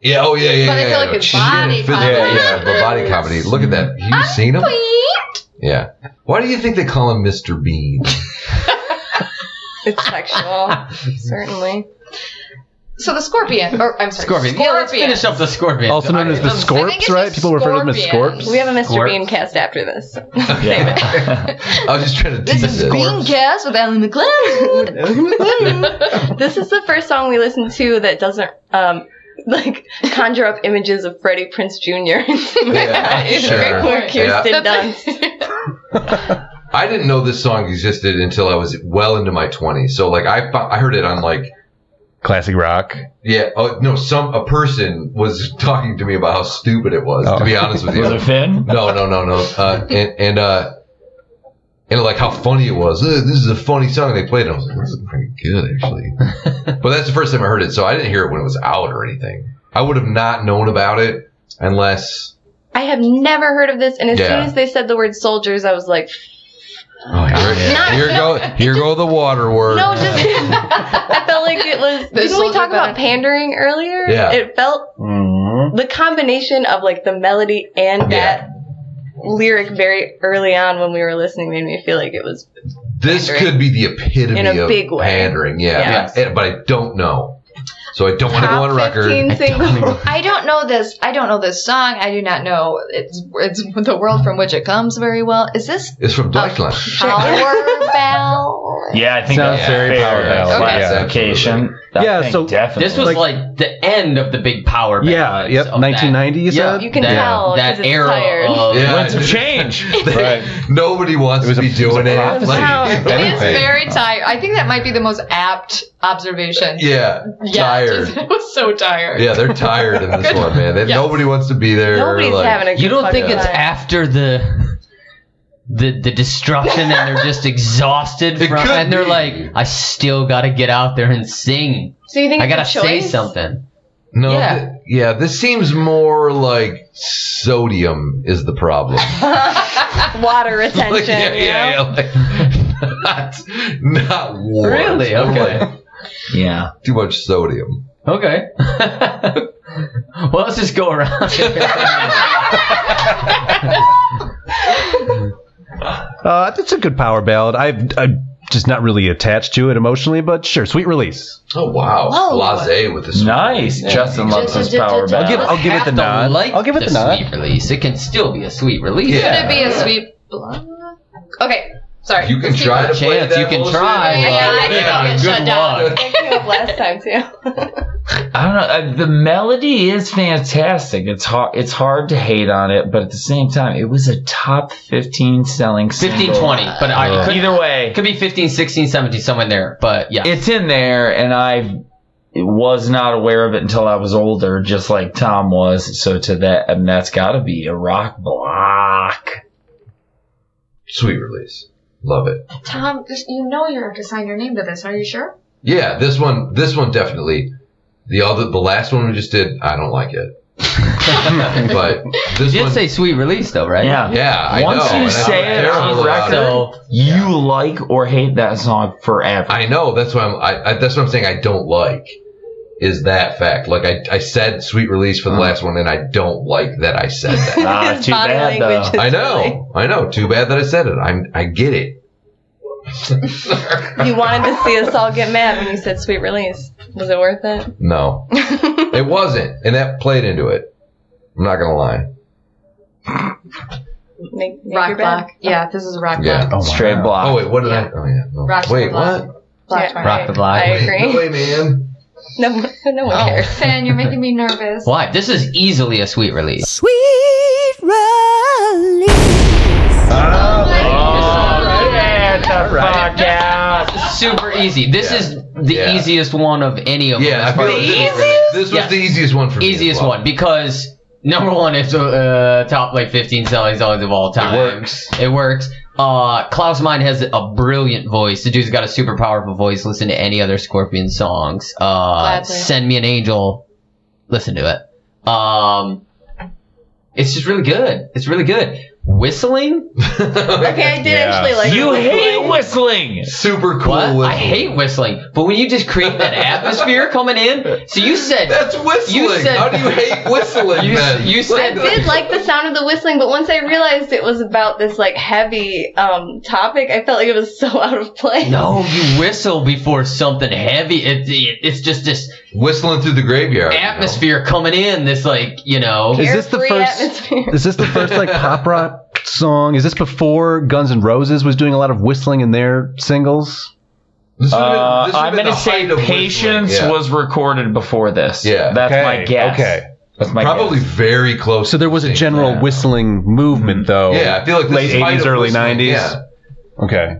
Yeah, oh yeah, yeah,
But I
yeah.
feel like
yeah.
it's body
Phys- Yeah,
comedy.
yeah, but body comedy. Look at that. You seen him? Yeah. Why do you think they call him Mr. Bean?
It's sexual, certainly.
So the scorpion, or I'm sorry,
Scorpion. Yeah, let's finish up the Scorpion.
Also known as the
it's
Scorps, right?
just
People refer to him as
Scorpion.
Scorps.
We have a Mr.
Scorps.
Bean cast after this.
I was just trying to
This
tease
is
it.
Beancast with Ellen McLeod.
this is the first song we listened to that doesn't um like conjure up images of Freddie Prince Jr.
Yeah, sure.
Or Kirsten
Yeah.
Dunst.
I didn't know this song existed until I was well into my 20s. So like I fo- I heard it on like
Classic rock.
yeah, oh no, some a person was talking to me about how stupid it was. To
Oh.
be honest with you.
Was it Finn?
No, no, no, no. Uh, and and uh, and like how funny it was. "Ugh, this is a funny song they played. And I was like, this is pretty good actually. but that's the first time I heard it, so I didn't hear it when it was out or anything. I would have not known about it unless.
I have never heard of this, and as
Yeah.
soon as they said the word soldiers, I was like,
Oh, here,
Not-
here go, here go the water word.
no, just. I felt like it was. Didn't we
soldier
talk about
better.
pandering earlier?
Yeah.
It felt
Mm-hmm.
the combination of like the melody and
Yeah.
that lyric very early on when we were listening made me feel like it was
this
pandering.
could be the epitome
In a
of
big way.
pandering. Yeah,
Yes.
And- but I don't know, so I don't want to go on
top
record.
15 singles.
I don't know this. I don't know this song. I do not know it's it's the world from which it comes very well. Is this
It's from Deutschland.
Power Bell?
Yeah, I think
Sounds
that's
very
fair
Power Ballad,
classification. I
Yeah,
think
so-
definitely.
This was like,
Like-
the end of the big power.
Yeah,
ballads
yep.
of that.
1990, you
Yeah,
said?
You can
that,
tell 'cause
that
it's
era
tired.
of
Yeah.
winds of change.
Right.
Nobody wants
It was
to
a-
be
it was a
doing it.
process.
Like,
Wow. It is
It's
anything.
very tired. I think that might be the most apt observation.
Yeah,
Yeah,
tired.
just- it was so tired.
Yeah, they're tired in this one, man. They,
Yes.
Nobody wants to be there.
Nobody's
like-
having a good
You don't think
fucking
it's
time.
after the the the destruction and they're just exhausted
It
from
could
and they're
be.
like, I still gotta get out there and sing.
So you think
I
it's
gotta
a
say
choice?
something.
No,
Yeah.
th- yeah. This seems more like sodium is the problem.
Water retention.
Like, yeah,
you know?
yeah, yeah. Like, not, not water.
Really?
More
Okay.
like
yeah.
too much sodium.
Okay. well, let's just go around.
Uh, that's a good power ballad. I've, I'm just not really attached to it emotionally, but sure, sweet release.
Oh wow,
Whoa.
blase with this.
Nice. Justin loves his power
I'll
ballad.
give- I'll give it
Have
the
to
nod.
Like
I'll give it the nod.
sweet release. It can still be a sweet release.
Yeah.
Could it be a sweet blunt? Okay, sorry.
You can
Let's keep
try to
A
play
chance.
that
You can
bullshit.
try.
Yeah,
but-
I think I'll get
good
shut down.
luck.
Thinking of last time too.
I don't know. uh, The melody is fantastic. It's hard. It's hard to hate on it, but at the same time, it was a top fifteen selling.
15,
single.
20. But I, it could,
Either way,
it could be 15, 16, 17, somewhere in there. But yeah.
it's in there, and I was not aware of it until I was older, just like Tom was. So to that, and that's got to be a rock block.
Sweet release. Love it.
Tom, just- you know you're going to sign your name to this. Are you sure?
Yeah, this one, this one definitely. The other, the last one we just did, I don't like it. but
You
this
did
one,
say sweet release, though, right?
Yeah.
yeah, I
Once
know.
you
and I'm
say it
terrible
on
about
record,
it.
you like or hate that song forever.
I know. That's why I'm. I, I, that's what I'm saying. I don't like is that fact. Like I, I said, sweet release for the last one, and I don't like that I said that.
Ah,
His
too
body
bad
language
though.
is
I
really-
know. I know. Too bad that I said it. I I get it.
You wanted to see us all get mad when you said sweet release. Was it worth it?
No, it wasn't, and that played into it. I'm not gonna lie.
Make, make
Rock
your bed.
Block. Yeah, this is Rock
Yeah.
Block.
Oh,
Straight block.
Oh wait, what did
Yeah.
I? Oh yeah. No.
Rock the
Wait,
block.
what?
Block
Yeah.
Rock the block.
I
Wait, no
agree.
way, man.
No, one- no one
Oh,
cares.
Finn, you're making me nervous.
Why? This is easily a sweet release.
Sweet release.
Oh,
Oh, get the
Right.
fuck out.
Super easy. This
Yeah.
is the
Yeah.
easiest one of any of
Yeah, I
them.
feel
As far
like
as-
this,
sweet
was-
release.
this was
Yeah.
the easiest one for me. as
easiest
well.
one because number one, it's uh, top like 15 selling songs of all time.
works.
It works. Uh, Klaus Mind has a brilliant voice. The dude's got a super powerful voice. Listen to any other Scorpion songs. Uh,
Gladly.
Send Me an Angel. Listen to it. Um, it's just really good. It's really good. Whistling?
Okay, I did actually like
You
whistling.
hate whistling.
Super cool.
I hate whistling, but when you just create that atmosphere coming in, so you said
that's whistling. How do you hate whistling?
You,
then?
you
I
said
did like the sound of the whistling, but once I realized it was about this like heavy um topic, I felt like it was so out of place.
No, you whistle before something heavy. It, it, it's just this
whistling through the graveyard
atmosphere coming in. This like you know,
Is this the
Carefree
first-
atmosphere.
Is this the first like pop rock song? Is this before Guns N' Roses was doing a lot of whistling in their singles?
This would've
Uh,
this would've
I'm
been
gonna
the
say
height of whistling,
Patience
yeah.
was recorded before this.
Yeah.
that's
Okay,
my guess.
okay.
that's my
probably
guess.
very close.
So there was a
to
general
Yeah.
whistling movement though.
Yeah, I feel like this
late
is height
eighties,
of
early
whistling,
nineties.
yeah.
Okay.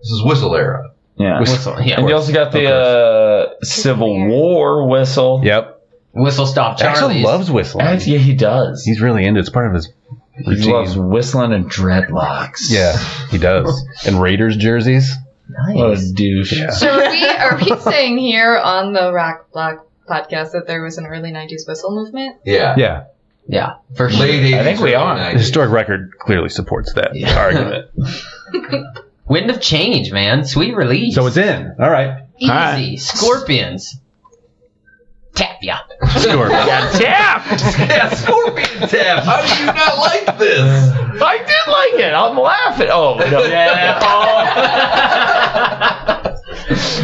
This is whistle era.
Yeah.
whistle, yeah,
and you also got the uh, Civil War whistle.
Yep.
whistle stop
Axel
Charlie's.
loves whistling.
And- yeah, he does.
He's really into it. It's part of his
he
routine.
loves whistling and dreadlocks.
yeah, he does. And Raiders jerseys.
What a douche.
So are we are we saying here on the Rock Block podcast that there was an early '90s whistle movement?
Yeah.
Yeah.
yeah, for sure.
Late 80s.
I think we
early
are.
90s.
The historic record clearly supports that
Yeah.
argument.
Wind of change, man. Sweet release.
So it's in. All right.
easy.
Alright.
Scorpions. Tap ya.
Sure.
Got tapped.
Yeah, scorpion tap. How do you not like this?
I did like it. I'm laughing. Oh no.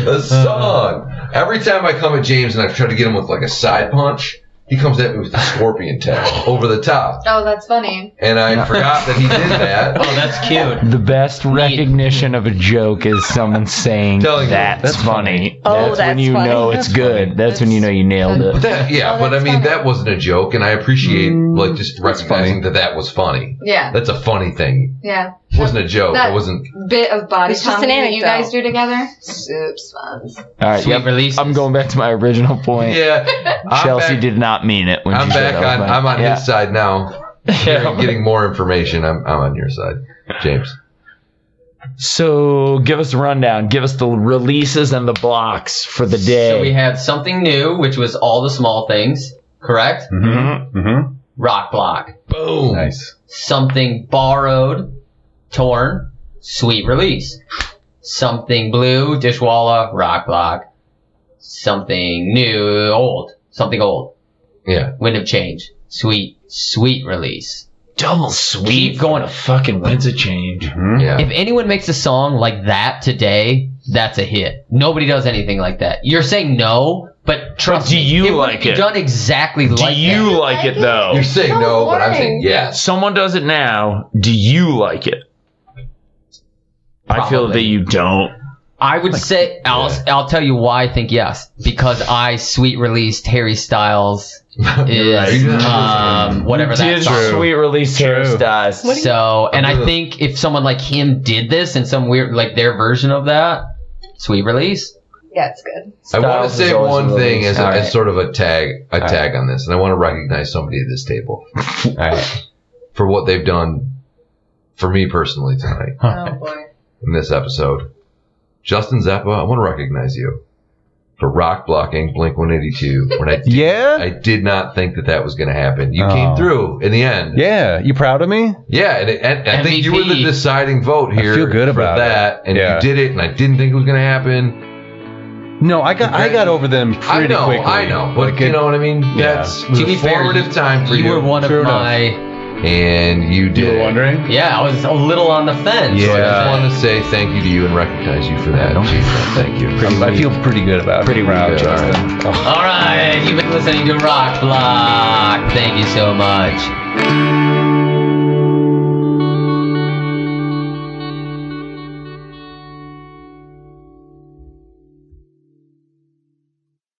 The song. Every time I come at James and I try to get him with like a side punch, he comes at me with the scorpion tap over the top.
Oh, that's funny.
And I forgot that he did that.
Oh, that's cute.
The best recognition of a joke is someone saying
Telling you,
that's, funny.
Oh,
when
that's
you
funny.
know it's good. That's, when you know you nailed
But
it.
that, yeah,
Oh,
but I
that's
mean
funny.
that wasn't a joke, and I appreciate
Mm,
like just recognizing that that was funny.
Yeah,
That's a funny thing.
yeah.
It wasn't a joke.
That-
it wasn't.
Bit of body
It's just an
comedy that you
anecdote.
guys do together. Soups funds.
All right,
Sweet
yep.
releases.
I'm going back to my original point.
Yeah. I'm
Chelsea
back-
did not mean it when
I'm
she said that
back
was
on.
funny.
I'm on
Yeah.
his side now.
Yeah.
Getting more information. I'm I'm on your side, James.
So give us a rundown. Give us the releases and the blocks for the day.
So we had something new, which was all the small things, correct?
Mm-hmm. Mm-hmm.
Rock block.
Boom.
Nice.
Something borrowed, torn, sweet release. Something blue, dishwalla, rock block. Something new, old, something old.
Yeah.
Wind of change, sweet, sweet release.
Double sweep.
Keep going.
for the fucking winds of change.
Hmm?
Yeah.
If anyone makes a song like that today, that's a hit. Nobody does anything like that. You're saying no, but trust
do
me,
you
it would
like
be
it?
Done exactly
Do
like
you
that.
like it though?
You're saying
so
no, but I'm saying
boring.
yes.
Someone does it now. Do you like it? I feel
Probably.
that you don't.
I would say I'll I'll tell you why I think yes because I sweet released Harry Styles is
You're right.
um, whatever that
Did
song.
sweet release Harris dies.
So and I
True.
think if someone like him did this in some weird like their version of that sweet release.
Yeah, it's good.
I want
Styles
to
is
say
always a
one
little
thing
loose.
as, a,
All
as
right.
sort of a tag, a tag on this, and I want to recognize somebody at this table for what they've done for me personally tonight
Oh boy.
in this episode. Justin Zappa, I want to recognize you for rock blocking Blink 182 when I did,
Yeah.
I did not think that that was going to happen. You
Oh.
came through in the end.
Yeah. You proud of me?
Yeah, and, and, I think you were the
MVP.
deciding vote
I
here
feel good
for
about it.
that, and
Yeah.
you did it, and I didn't think it was going to happen.
No, I got I got over them pretty
I know,
quickly.
I know, but
Like,
you know what I mean.
Yeah.
That's it was
To
a
be fair,
formative time for you.
You were one of
True enough.
my
and you did.
you were wondering.
yeah. I was a little on the fence.
So I just
Yeah.
wanted to say thank you to you and recognize you for that. Chief. Thank you.
I'm- I feel pretty good about
Pretty
it. Proud,
good,
Justin. Oh.
All right, you've been listening to Rock Block. Thank you so much.